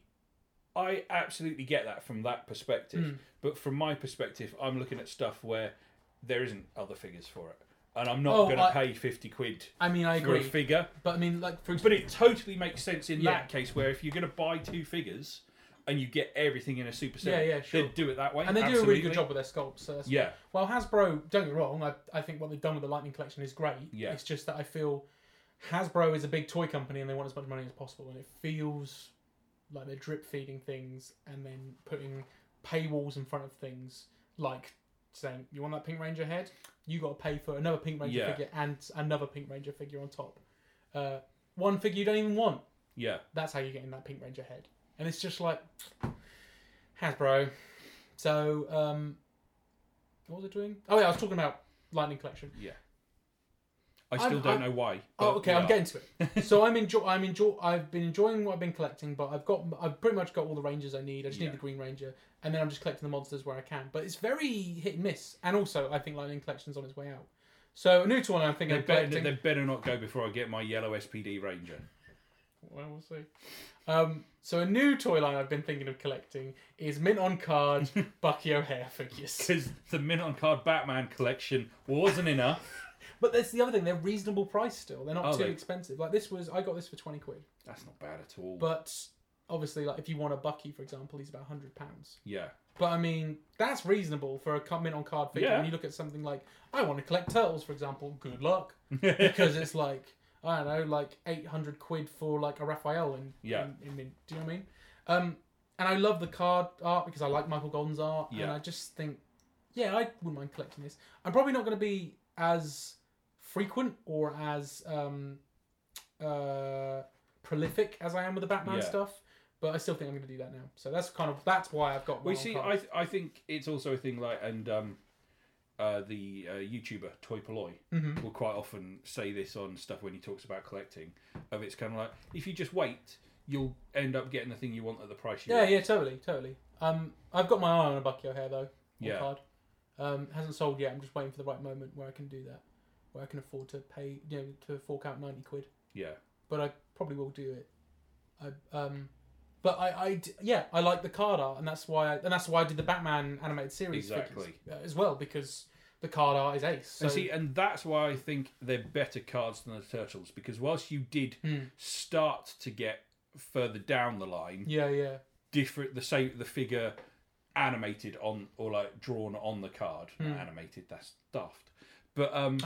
Speaker 2: I absolutely get that from that perspective,
Speaker 1: Hmm.
Speaker 2: but from my perspective, I'm looking at stuff where there isn't other figures for it, and I'm not
Speaker 1: Oh,
Speaker 2: going to
Speaker 1: I-
Speaker 2: pay fifty quid
Speaker 1: I mean, I
Speaker 2: for a
Speaker 1: agree,
Speaker 2: figure.
Speaker 1: but I mean, like for
Speaker 2: But it totally makes sense in
Speaker 1: Yeah.
Speaker 2: that case where if you're going to buy two figures and you get everything in a super set,
Speaker 1: Yeah, yeah, sure.
Speaker 2: then do it that way.
Speaker 1: And they do a really good
Speaker 2: absolutely.
Speaker 1: job with their sculpts. So that's
Speaker 2: Yeah.
Speaker 1: Well, Hasbro, don't get me wrong, I, I think what they've done with the Lightning Collection is great.
Speaker 2: Yeah.
Speaker 1: It's just that I feel Hasbro is a big toy company and they want as much money as possible, and it feels like they're drip feeding things and then putting paywalls in front of things, like saying, "You want that Pink Ranger head? You got to pay for another Pink Ranger
Speaker 2: Yeah.
Speaker 1: figure and another Pink Ranger figure on top. Uh, one figure you don't even want.
Speaker 2: Yeah,
Speaker 1: That's how you're getting that Pink Ranger head. And it's just like Hasbro. So, um, what was I doing? Oh, yeah, I was talking about Lightning Collection.
Speaker 2: yeah. I still
Speaker 1: I'm-
Speaker 2: don't
Speaker 1: I'm-
Speaker 2: know why.
Speaker 1: Oh,
Speaker 2: but
Speaker 1: okay,
Speaker 2: we
Speaker 1: I'm
Speaker 2: are.
Speaker 1: getting to it. so I'm enjoy, I'm enjoy, I've been enjoying what I've been collecting, but I've got, I've pretty much got all the Rangers I need. I just
Speaker 2: Yeah.
Speaker 1: need the Green Ranger, and then I'm just collecting the monsters where I can. But it's very hit and miss, and also I think Lightning Collection's on its way out. So a new to one, I'm thinking
Speaker 2: They
Speaker 1: of
Speaker 2: better,
Speaker 1: collecting.
Speaker 2: they better not go before I get my yellow SPD Ranger.
Speaker 1: Well, we'll see. Um, so a new toy line I've been thinking of collecting is Mint on Card Bucky O'Hare figures.
Speaker 2: Because the Mint on Card Batman collection wasn't enough.
Speaker 1: But that's the other thing; they're reasonable price still. They're not
Speaker 2: Are
Speaker 1: too
Speaker 2: they?
Speaker 1: expensive. Like this was, I got this for twenty quid.
Speaker 2: That's not bad at all.
Speaker 1: But obviously, like if you want a Bucky, for example, he's about hundred pounds.
Speaker 2: yeah.
Speaker 1: But I mean, that's reasonable for a co- Mint on Card figure.
Speaker 2: Yeah.
Speaker 1: When you look at something like, I want to collect turtles, for example. Good luck, because it's like I don't know, like eight hundred quid for like a Raphael in
Speaker 2: Yeah.
Speaker 1: in, in Mint. Do you know what I mean? Um, and I love the card art because I like Michael Golden's art, and
Speaker 2: Yeah.
Speaker 1: I just think, yeah, I wouldn't mind collecting this. I'm probably not going to be as frequent or as um, uh, prolific as I am with the Batman
Speaker 2: Yeah.
Speaker 1: stuff. But I still think I'm going to do that now. So that's kind of that's why I've got.
Speaker 2: We
Speaker 1: Mild
Speaker 2: see.
Speaker 1: Card.
Speaker 2: I th- I think it's also a thing like and um, uh, the uh, YouTuber Toy Poloy will quite often say this on stuff when he talks about collecting. Of it's kind of like if you just wait, you'll end up getting the thing you want at the price you
Speaker 1: Yeah,
Speaker 2: want.
Speaker 1: yeah, totally, totally. Um, I've got my eye on a Bucky O'Hare though. on
Speaker 2: Yeah.
Speaker 1: Card. Um, hasn't sold yet. I'm just waiting for the right moment where I can do that, where I can afford to pay, you know, to fork out ninety quid.
Speaker 2: Yeah.
Speaker 1: But I probably will do it. I um, but I, I d- yeah, I like the card art, and that's why, I, and that's why I did the Batman animated series figures,
Speaker 2: Exactly.
Speaker 1: uh, as well because the card art is ace. So
Speaker 2: And see, and that's why I think they're better cards than the turtles because whilst you did start to get further down the line,
Speaker 1: yeah, yeah,
Speaker 2: different the same the figure animated on or like drawn on the card
Speaker 1: Hmm.
Speaker 2: Not animated that's daft but um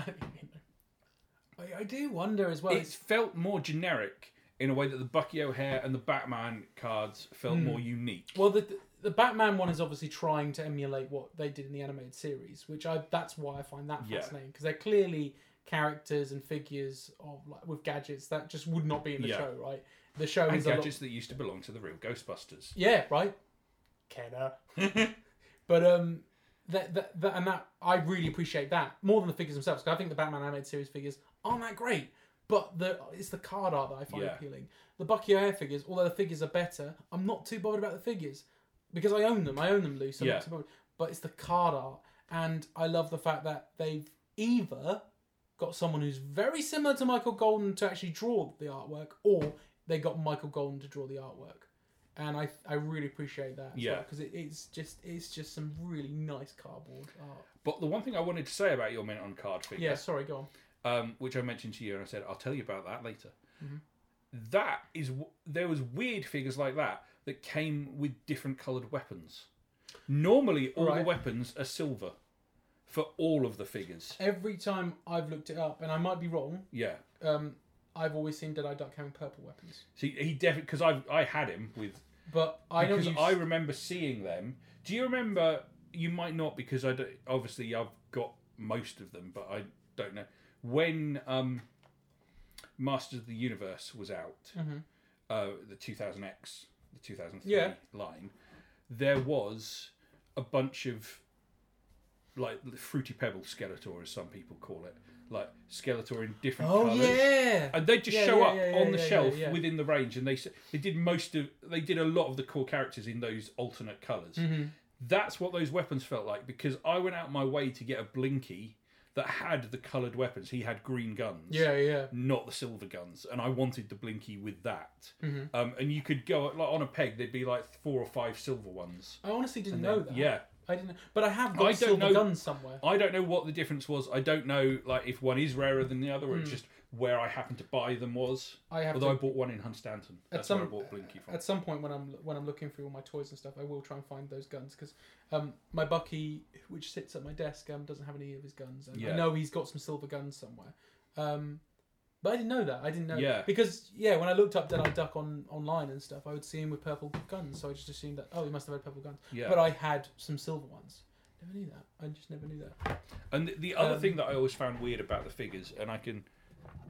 Speaker 1: I, I do wonder as well.
Speaker 2: it's felt more generic in a way that the bucky o'hare and the batman cards felt more unique
Speaker 1: Hmm. Well, the the Batman one is obviously trying to emulate what they did in the animated series, which I that's why I find that
Speaker 2: Yeah.
Speaker 1: fascinating because they're clearly characters and figures of like with gadgets that just would not be in the
Speaker 2: Yeah.
Speaker 1: show, right? The show
Speaker 2: And
Speaker 1: is a lot-
Speaker 2: gadgets that used to belong to the real Ghostbusters.
Speaker 1: yeah, right. Kenner. but um, that, that that and that I really appreciate that more than the figures themselves. Because I think the Batman animated series figures aren't that great, but the it's the card art that I find
Speaker 2: Yeah.
Speaker 1: appealing. The Bucky O'Hare figures, although the figures are better, I'm not too bothered about the figures because I own them. I own them loose. I'm
Speaker 2: Yeah.
Speaker 1: not too bothered. But it's the card art, and I love the fact that they've either got someone who's very similar to Michael Golden to actually draw the artwork, or they got Michael Golden to draw the artwork, and I I really appreciate that.
Speaker 2: Yeah.
Speaker 1: because it, it's just it's just some really nice cardboard art.
Speaker 2: But the one thing I wanted to say about your minute on card figure,
Speaker 1: Yeah, sorry, go on.
Speaker 2: um, which I mentioned to you, and I said I'll tell you about that later. That is, w- there was weird figures like that that came with different coloured weapons. Normally, all the
Speaker 1: Right.
Speaker 2: weapons are silver for all of the figures.
Speaker 1: Every time I've looked it up, and I might be wrong,
Speaker 2: Yeah.
Speaker 1: um, I've always seen Dead Eye Duck having purple weapons.
Speaker 2: See, he definitely because I I had him with
Speaker 1: But I know
Speaker 2: because
Speaker 1: you.
Speaker 2: I remember seeing them. Do you remember? You might not because I don't, obviously I've got most of them, but I don't know when um, Masters of the Universe was out, uh, the 2000X, the 2003
Speaker 1: Mm-hmm. Yeah.
Speaker 2: line. There was a bunch of like fruity pebble Skeletor, as some people call it, like Skeletor in different
Speaker 1: oh
Speaker 2: colours
Speaker 1: yeah.
Speaker 2: and they just
Speaker 1: Yeah,
Speaker 2: show
Speaker 1: yeah,
Speaker 2: up
Speaker 1: yeah, yeah,
Speaker 2: on the
Speaker 1: yeah, yeah,
Speaker 2: shelf
Speaker 1: yeah.
Speaker 2: within the range and they s- they did most of they did a lot of the core characters in those alternate colors
Speaker 1: Mm-hmm.
Speaker 2: that's what those weapons felt like because i went out my way to get a blinky that had the colored weapons he had green guns
Speaker 1: yeah, yeah.
Speaker 2: not the silver guns and i wanted the blinky with that
Speaker 1: Mm-hmm.
Speaker 2: um, and you could go like on a peg there'd be like four or five silver ones
Speaker 1: I honestly didn't
Speaker 2: then-
Speaker 1: know Oh, that.
Speaker 2: yeah.
Speaker 1: I didn't. But I have
Speaker 2: I
Speaker 1: got
Speaker 2: don't
Speaker 1: silver
Speaker 2: know-
Speaker 1: guns somewhere.
Speaker 2: I don't know what the difference was. I don't know, like if one is rarer than the other, or it's just where I happened to buy them was.
Speaker 1: Hmm. I have
Speaker 2: Although
Speaker 1: to-
Speaker 2: I bought one in Hunstanton. That's
Speaker 1: some-
Speaker 2: where I bought Blinky from.
Speaker 1: At some point when I'm when I'm looking through all my toys and stuff, I will try and find those guns because um, my Bucky, which sits at my desk, um, doesn't have any of his guns. And
Speaker 2: Yeah.
Speaker 1: I know he's got some silver guns somewhere, um, but I didn't know that. I didn't know
Speaker 2: Yeah.
Speaker 1: because yeah, when I looked up Dead Eye Duck on online and stuff, I would see him with purple guns, so I just assumed that oh, he must have had purple guns.
Speaker 2: Yeah.
Speaker 1: But I had some silver ones. Never knew that. I just never knew that.
Speaker 2: And the, the other
Speaker 1: um,
Speaker 2: thing that I always found weird about the figures, and I can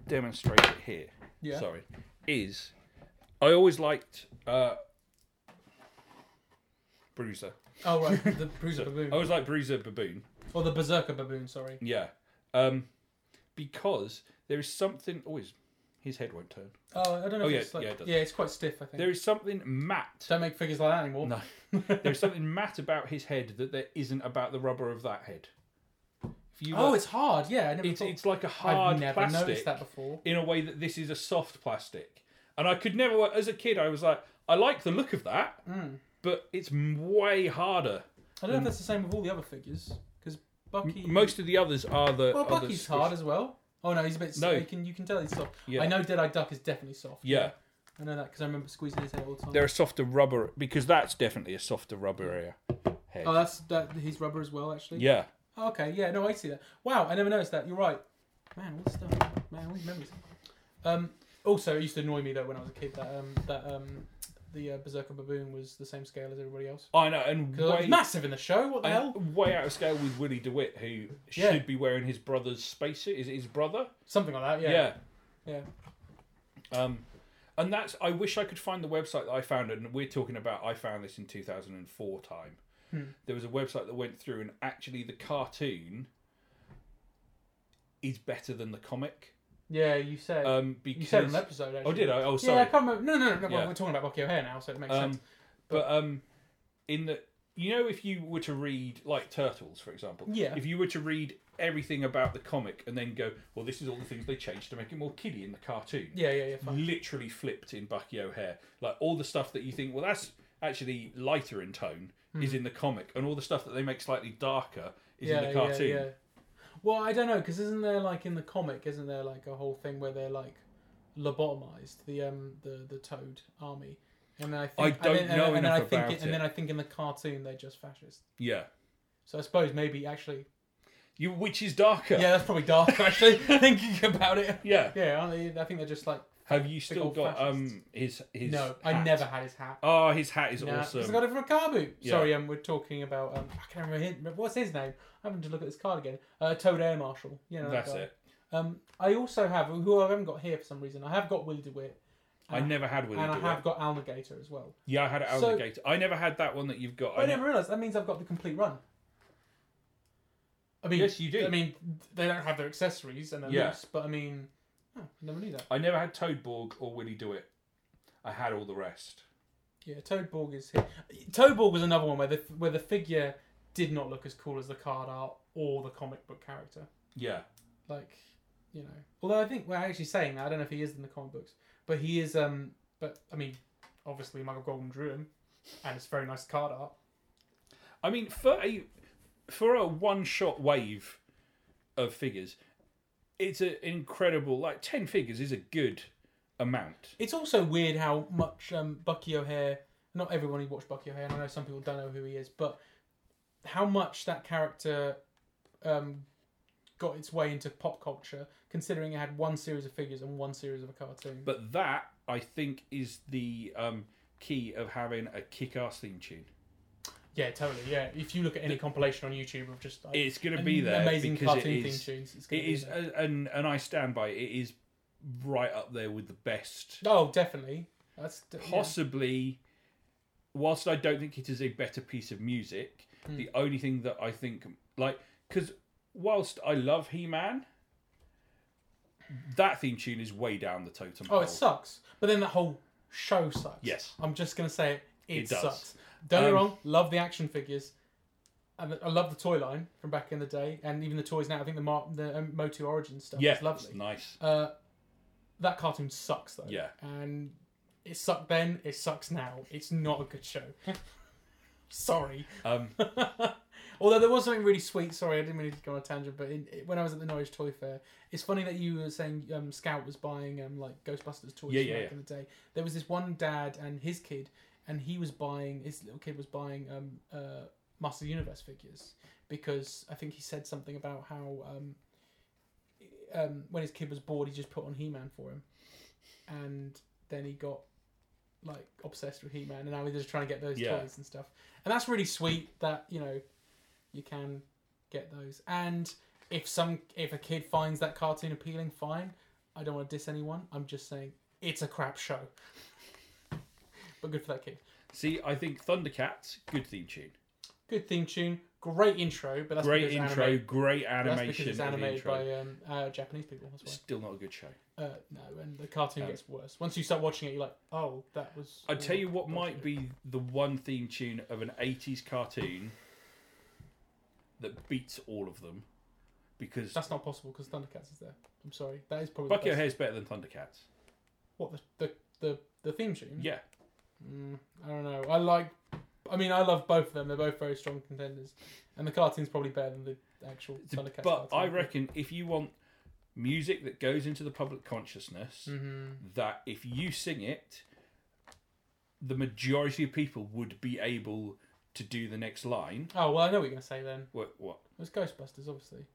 Speaker 2: demonstrate it here.
Speaker 1: Yeah.
Speaker 2: Sorry, is I always liked uh, Bruiser.
Speaker 1: Oh right, the Bruiser
Speaker 2: I
Speaker 1: baboon
Speaker 2: always liked Bruiser Baboon.
Speaker 1: or the Berserker baboon. Sorry.
Speaker 2: Yeah. Um, because there is something always. His head won't turn.
Speaker 1: Oh, I don't know.
Speaker 2: Oh,
Speaker 1: if
Speaker 2: yeah,
Speaker 1: it's like,
Speaker 2: yeah, it does.
Speaker 1: it's quite stiff. I think
Speaker 2: There is something matte
Speaker 1: don't make figures like that anymore.
Speaker 2: No. There's something matte about his head that there isn't about the rubber of that head. If you
Speaker 1: Oh,
Speaker 2: look-
Speaker 1: it's hard. Yeah, I never
Speaker 2: it's
Speaker 1: thought-
Speaker 2: it's like a hard
Speaker 1: I've never
Speaker 2: plastic
Speaker 1: noticed that before.
Speaker 2: in a way that this is a soft plastic. And I could never as a kid I was like I like the look of that,
Speaker 1: Hmm.
Speaker 2: but it's m- way harder.
Speaker 1: I don't know if that's the same with all the other figures because Bucky.
Speaker 2: Most of the others are the
Speaker 1: Hmm. well,
Speaker 2: are the
Speaker 1: Bucky's
Speaker 2: squish-
Speaker 1: hard as well. Oh no, he's a bit.
Speaker 2: No.
Speaker 1: No. You can you can tell he's soft.
Speaker 2: Yeah.
Speaker 1: I know Dead Eye Duck is definitely soft.
Speaker 2: Yeah.
Speaker 1: I know that because I remember squeezing his head all the time.
Speaker 2: They're a softer rubber because that's definitely a softer rubber area head.
Speaker 1: Oh, that's that. He's rubber as well, actually.
Speaker 2: yeah.
Speaker 1: Oh, okay. Yeah. No, I see that. Wow, I never noticed that. You're right. Man, all this stuff. Man, all these memories. Um. Also, it used to annoy me though when I was a kid that um that um the uh, Berserker baboon was the same scale as everybody else.
Speaker 2: I know and
Speaker 1: 'Cause it was
Speaker 2: way
Speaker 1: massive in the show. What the
Speaker 2: and
Speaker 1: hell?
Speaker 2: way out of scale with Willie DeWitt who
Speaker 1: Yeah.
Speaker 2: should be wearing his brother's spacesuit. Is it his brother?
Speaker 1: Something like that. Yeah.
Speaker 2: yeah.
Speaker 1: Yeah.
Speaker 2: Um, and that's I wish I could find the website that I found, and we're talking about I found this in 2004 time.
Speaker 1: Hmm.
Speaker 2: There was a website that went through, and actually the cartoon is better than the comic
Speaker 1: Yeah, you said.
Speaker 2: um, because
Speaker 1: you said on an episode. Actually.
Speaker 2: oh did I oh
Speaker 1: Yeah, I
Speaker 2: sorry
Speaker 1: can't remember. No, no, no. no
Speaker 2: Yeah.
Speaker 1: We're talking about Bucky O'Hare now, so it makes
Speaker 2: um,
Speaker 1: sense.
Speaker 2: but um, in the you know if you were to read like Turtles for example
Speaker 1: Yeah.
Speaker 2: if you were to read everything about the comic and then go well this is all the things they changed to make it more kiddie in the cartoon
Speaker 1: Yeah, yeah, yeah. Fine.
Speaker 2: literally flipped in Bucky O'Hare. Like all the stuff that you think, well, that's actually lighter in tone is in the comic, and all the stuff that they make slightly darker is
Speaker 1: Hmm. yeah,
Speaker 2: in the cartoon.
Speaker 1: Yeah, yeah. Well, I don't know because isn't there like in the comic, isn't there like a whole thing where they're like lobotomized the um the the Toad army, and then I think and
Speaker 2: don't
Speaker 1: then- and,
Speaker 2: know
Speaker 1: then- and then
Speaker 2: enough
Speaker 1: I think
Speaker 2: about
Speaker 1: and then
Speaker 2: it.
Speaker 1: I think in the cartoon they're just fascist.
Speaker 2: Yeah.
Speaker 1: So I suppose maybe actually,
Speaker 2: You, which is darker.
Speaker 1: yeah, that's probably dark. Actually, thinking about it,
Speaker 2: Yeah.
Speaker 1: yeah, aren't they? I think they're just like
Speaker 2: Have you still
Speaker 1: old
Speaker 2: got
Speaker 1: fascists.
Speaker 2: um his his?
Speaker 1: no, I
Speaker 2: hat?
Speaker 1: never had his hat.
Speaker 2: Oh, his hat is
Speaker 1: Nah, 'cause
Speaker 2: awesome.
Speaker 1: I got it from a Kabu.
Speaker 2: Yeah.
Speaker 1: Sorry, um, we're talking about um, I can't remember his, what's his name. I'm having to look at this card again. Uh, Toad Air Marshal. You know, that
Speaker 2: That's
Speaker 1: guy.
Speaker 2: it.
Speaker 1: Um, I also have who I haven't got here for some reason. I have got Willie DeWitt
Speaker 2: I never had Willie
Speaker 1: and I
Speaker 2: DeWitt.
Speaker 1: have got Alligator as well.
Speaker 2: Yeah, I had it out
Speaker 1: So-
Speaker 2: of the gate. I never had that one that you've got.
Speaker 1: I never realised that means I've got the complete run. I mean,
Speaker 2: Yes, you do.
Speaker 1: I mean, they don't have their accessories and they're
Speaker 2: Yeah.
Speaker 1: loose, but I mean, oh, never knew that.
Speaker 2: I never had Toad Borg or Willie DeWitt. I had all the rest.
Speaker 1: Yeah, Toadborg is here. Toadborg was another one where the where the figure did not look as cool as the card art or the comic book character.
Speaker 2: Yeah.
Speaker 1: Like, you know. Although I think we're actually saying that. I don't know if he is in the comic books, but he is. Um, but I mean, obviously Michael Golden drew him, and it's very nice card art.
Speaker 2: I mean, for a for a one shot wave of figures, it's an incredible like ten figures is a good amount.
Speaker 1: It's also weird how much um, Bucky O'Hare. Not everyone who watched Bucky O'Hare, and I know some people don't know who he is, but how much that character um, got its way into pop culture, considering it had one series of figures and one series of a cartoon.
Speaker 2: But that I think is the um, key of having a kick ass theme tune.
Speaker 1: yeah, totally. Yeah, if you look at any compilation on YouTube of just like,
Speaker 2: It's going to be
Speaker 1: am-
Speaker 2: there
Speaker 1: amazing
Speaker 2: because
Speaker 1: cartoon
Speaker 2: it is.
Speaker 1: theme tunes, it's gonna
Speaker 2: It
Speaker 1: be
Speaker 2: is,
Speaker 1: there.
Speaker 2: uh, and and I stand by it. It is right up there with the best
Speaker 1: oh, definitely. That's d- yeah.
Speaker 2: possibly whilst i don't think it is a better piece of music
Speaker 1: Hmm.
Speaker 2: the only thing that i think like because whilst i love he-man that theme tune is way down the totem
Speaker 1: Oh,
Speaker 2: pole
Speaker 1: it sucks. But then that whole show sucks.
Speaker 2: Yes.
Speaker 1: I'm just going to say it. It,
Speaker 2: It does.
Speaker 1: sucks. Don't get me
Speaker 2: Um,
Speaker 1: wrong. Love the action figures. And I love the toy line from back in the day, and even the toys now. I think the Mar- the um, Motu Origin stuff
Speaker 2: yeah
Speaker 1: is lovely.
Speaker 2: it's nice
Speaker 1: Uh, that cartoon sucks though.
Speaker 2: Yeah.
Speaker 1: And it sucked then. It sucks now. It's not a good show. Sorry.
Speaker 2: um
Speaker 1: Although there was something really sweet. Sorry, I didn't mean to go on a tangent, but in, when I was at the Norwich Toy Fair, it's funny that you were saying um, Scout was buying um, like Ghostbusters toys
Speaker 2: Yeah,
Speaker 1: from
Speaker 2: yeah,
Speaker 1: back
Speaker 2: yeah.
Speaker 1: in the day. There was this one dad and his kid, and he was buying his little kid was buying um, uh, Master of the Universe figures because I think he said something about how um, um, when his kid was bored, he just put on He Man for him, and then he got like obsessed with He Man, and now he's just trying to get those
Speaker 2: Yeah.
Speaker 1: toys and stuff. And that's really sweet that you know you can get those. And if some if a kid finds that cartoon appealing, fine. I don't want to diss anyone. I'm just saying it's a crap show. but good for that kid.
Speaker 2: see i think thundercats good theme tune
Speaker 1: Good theme tune, great intro, but that's
Speaker 2: great
Speaker 1: because it's
Speaker 2: intro
Speaker 1: animated.
Speaker 2: great
Speaker 1: That's
Speaker 2: animation
Speaker 1: because it's
Speaker 2: of the
Speaker 1: animated
Speaker 2: intro.
Speaker 1: by um, uh, Japanese people. That's
Speaker 2: still not a good show
Speaker 1: why. Uh, no, and the cartoon gets worse. Once you start watching it, you're like, oh, that was.
Speaker 2: i tell you what
Speaker 1: Gotcha.
Speaker 2: might be the one theme tune of an 80s cartoon that beats all of them because
Speaker 1: That's not possible because Thundercats is there. I'm sorry. That is probably.
Speaker 2: Bucky
Speaker 1: the best-
Speaker 2: O'Hare's better than Thundercats.
Speaker 1: What the the the, the theme tune?
Speaker 2: Yeah.
Speaker 1: I don't know. I like. I mean, I love both of them. They're both very strong contenders, and the cartoon's probably better than the actual Thundercats.
Speaker 2: But I
Speaker 1: cartoon.
Speaker 2: reckon if you want music that goes into the public consciousness,
Speaker 1: Mm-hmm.
Speaker 2: that if you sing it, the majority of people would be able to do the next line.
Speaker 1: Oh well, I know what you're gonna say then.
Speaker 2: What? what?
Speaker 1: It was Ghostbusters, obviously.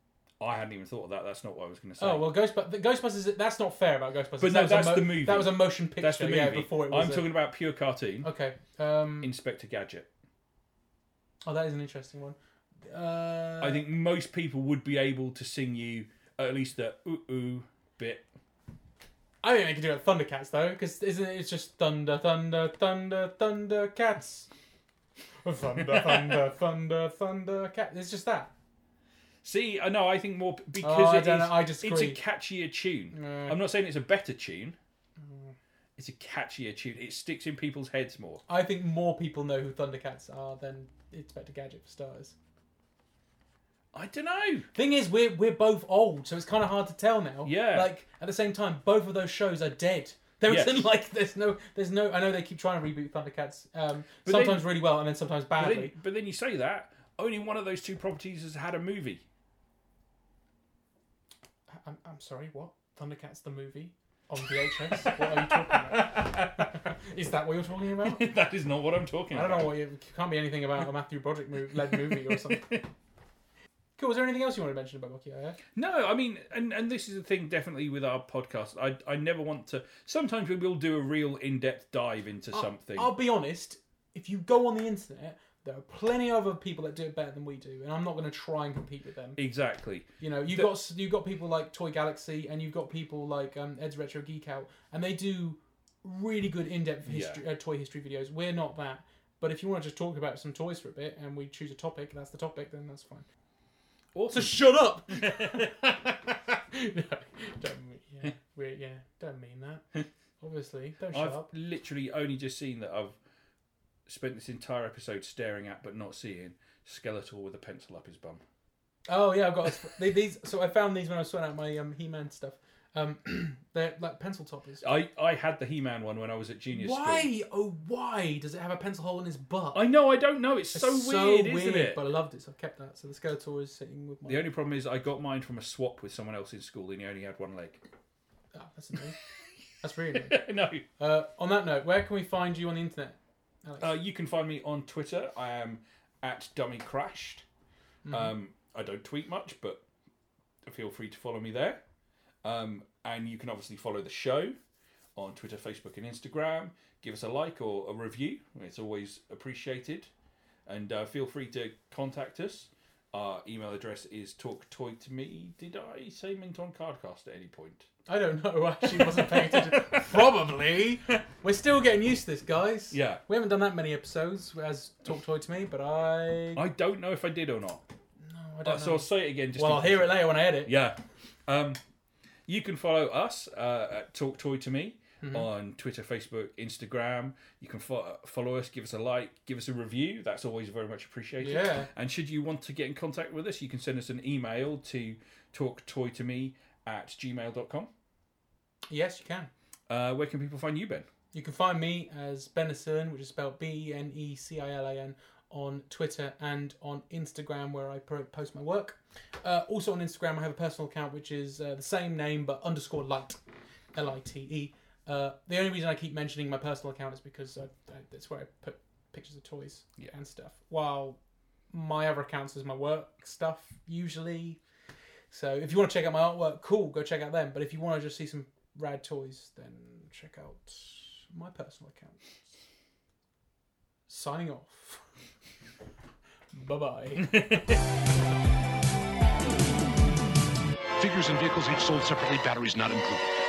Speaker 2: I hadn't even thought of that. That's not what I was going to say.
Speaker 1: Oh well, Ghostbusters. Ghostbusters. That's not fair about Ghostbusters.
Speaker 2: But
Speaker 1: that
Speaker 2: no,
Speaker 1: was a
Speaker 2: that's the movie.
Speaker 1: That was a motion picture.
Speaker 2: That's the movie.
Speaker 1: Yeah, before it was.
Speaker 2: I'm
Speaker 1: a-
Speaker 2: talking about pure cartoon.
Speaker 1: Okay. Um.
Speaker 2: Inspector Gadget.
Speaker 1: Oh, that is an interesting one. Uh,
Speaker 2: I think most people would be able to sing you at least the ooh ooh bit.
Speaker 1: I think they could do it with Thundercats though, because isn't it? It's just thunder, thunder, thunder, thunder cats. Thunder, thunder, thunder, thunder cat. It's just that.
Speaker 2: See, I know. I think more
Speaker 1: Oh,
Speaker 2: because
Speaker 1: I
Speaker 2: it
Speaker 1: don't
Speaker 2: is-
Speaker 1: know, I disagree.
Speaker 2: it's a catchier tune. I'm not saying it's a better tune.
Speaker 1: Mm.
Speaker 2: It's a catchier tune. It sticks in people's heads more.
Speaker 1: I think more people know who Thundercats are than Inspector Gadget for starters.
Speaker 2: I don't know.
Speaker 1: Thing is, we're we're both old, so it's kind of hard to tell now.
Speaker 2: Yeah.
Speaker 1: Like at the same time, both of those shows are dead. There
Speaker 2: Yes.
Speaker 1: isn't like there's no there's no. I know they keep trying to reboot Thundercats, um,
Speaker 2: they-
Speaker 1: sometimes really well and then sometimes
Speaker 2: But
Speaker 1: badly.
Speaker 2: then, but then you say that only one of those two properties has had a movie.
Speaker 1: I'm, I'm sorry, what? Thundercats the movie on VHS? what are you talking about? Is that what you're talking about?
Speaker 2: that is not what I'm talking
Speaker 1: I
Speaker 2: about.
Speaker 1: don't know what you, it can't be anything about a Matthew Broderick mov- led movie or something. Cool. Is there anything else you want to mention about Rocky Air?
Speaker 2: No, I mean, and and this is the thing. Definitely with our podcast, I I never want to. Sometimes we will do a real in depth dive into something.
Speaker 1: I'll be honest. If you go on the internet, There are plenty of other people that do it better than we do, and I'm not going to try and compete with them.
Speaker 2: Exactly.
Speaker 1: You know, you've
Speaker 2: The-
Speaker 1: got s- you've got people like Toy Galaxy, and you've got people like um, Ed's Retro Geek Out, and they do really good in-depth history, uh, toy history videos. We're not that, but if you want to just talk about some toys for a bit, and we choose a topic, that's the topic, then that's fine. So
Speaker 2: Awesome.
Speaker 1: shut up. no, don't mean, yeah, we yeah, don't mean that. Obviously, don't shut
Speaker 2: I've
Speaker 1: up.
Speaker 2: literally only just seen that I've spent this entire episode staring at but not seeing Skeletor with a pencil up his bum.
Speaker 1: Oh yeah, I've got they, these. So I found these when I was sorting out my um, He-Man stuff. Um, they're like pencil toppers.
Speaker 2: I, I had the He Man one when I was at Genius School.
Speaker 1: Why, oh why, does it have a pencil hole in his butt?
Speaker 2: I know, I don't know. It's, so, weird, isn't it?
Speaker 1: But I loved it, so I kept that. So the Skeletor is sitting with my.
Speaker 2: The only problem is I got mine from a swap with someone else in school and he only had one leg.
Speaker 1: Ah, that's annoying. that's really. Annoying.
Speaker 2: no.
Speaker 1: Uh, on that note, where can we find you on the internet? Alex?
Speaker 2: Uh, you can find me on Twitter. I am at Dummy Crashed.
Speaker 1: Mm-hmm.
Speaker 2: Um, I don't tweet much, but feel free to follow me there. Um, and you can obviously follow the show on Twitter, Facebook, and Instagram. Give us a like or a review; it's always appreciated. And uh, feel free to contact us. Our email address is talktoy to me. Did I say mint on cardcast at any point?
Speaker 1: I don't know. I actually wasn't paying attention. Probably. We're still getting used to this, guys.
Speaker 2: Yeah.
Speaker 1: We haven't done that many episodes as Talk Toy to me, but I.
Speaker 2: I don't know if I did or not.
Speaker 1: I don't
Speaker 2: So
Speaker 1: know.
Speaker 2: I'll say it again. Just
Speaker 1: well,
Speaker 2: in
Speaker 1: I'll
Speaker 2: case
Speaker 1: hear
Speaker 2: you-
Speaker 1: it later when I edit.
Speaker 2: Yeah. Um, you can follow us uh, at Talk Toy to Me on Twitter, Facebook, Instagram. You can fo- follow us, give us a like, give us a review. That's always very much appreciated.
Speaker 1: Yeah.
Speaker 2: And should you want to get in contact with us, you can send us an email to talktoytome at gmail.com.
Speaker 1: Yes, you can.
Speaker 2: Uh, where can people find you, Ben?
Speaker 1: You can find me as Benicillan, which is spelled B E N E C I L A N, on Twitter and on Instagram, where I pro- post my work. Uh, also on Instagram, I have a personal account which is uh, the same name but underscore light, L I T E. Uh, the only reason I keep mentioning my personal account is because I, I, that's where I put pictures of toys
Speaker 2: Yeah.
Speaker 1: and stuff. While my other accounts is my work stuff usually. So if you want to check out my artwork, cool, go check out them. But if you want to just see some rad toys, then check out my personal account. Signing off. bye bye.
Speaker 5: Figures and vehicles each sold separately, batteries not included.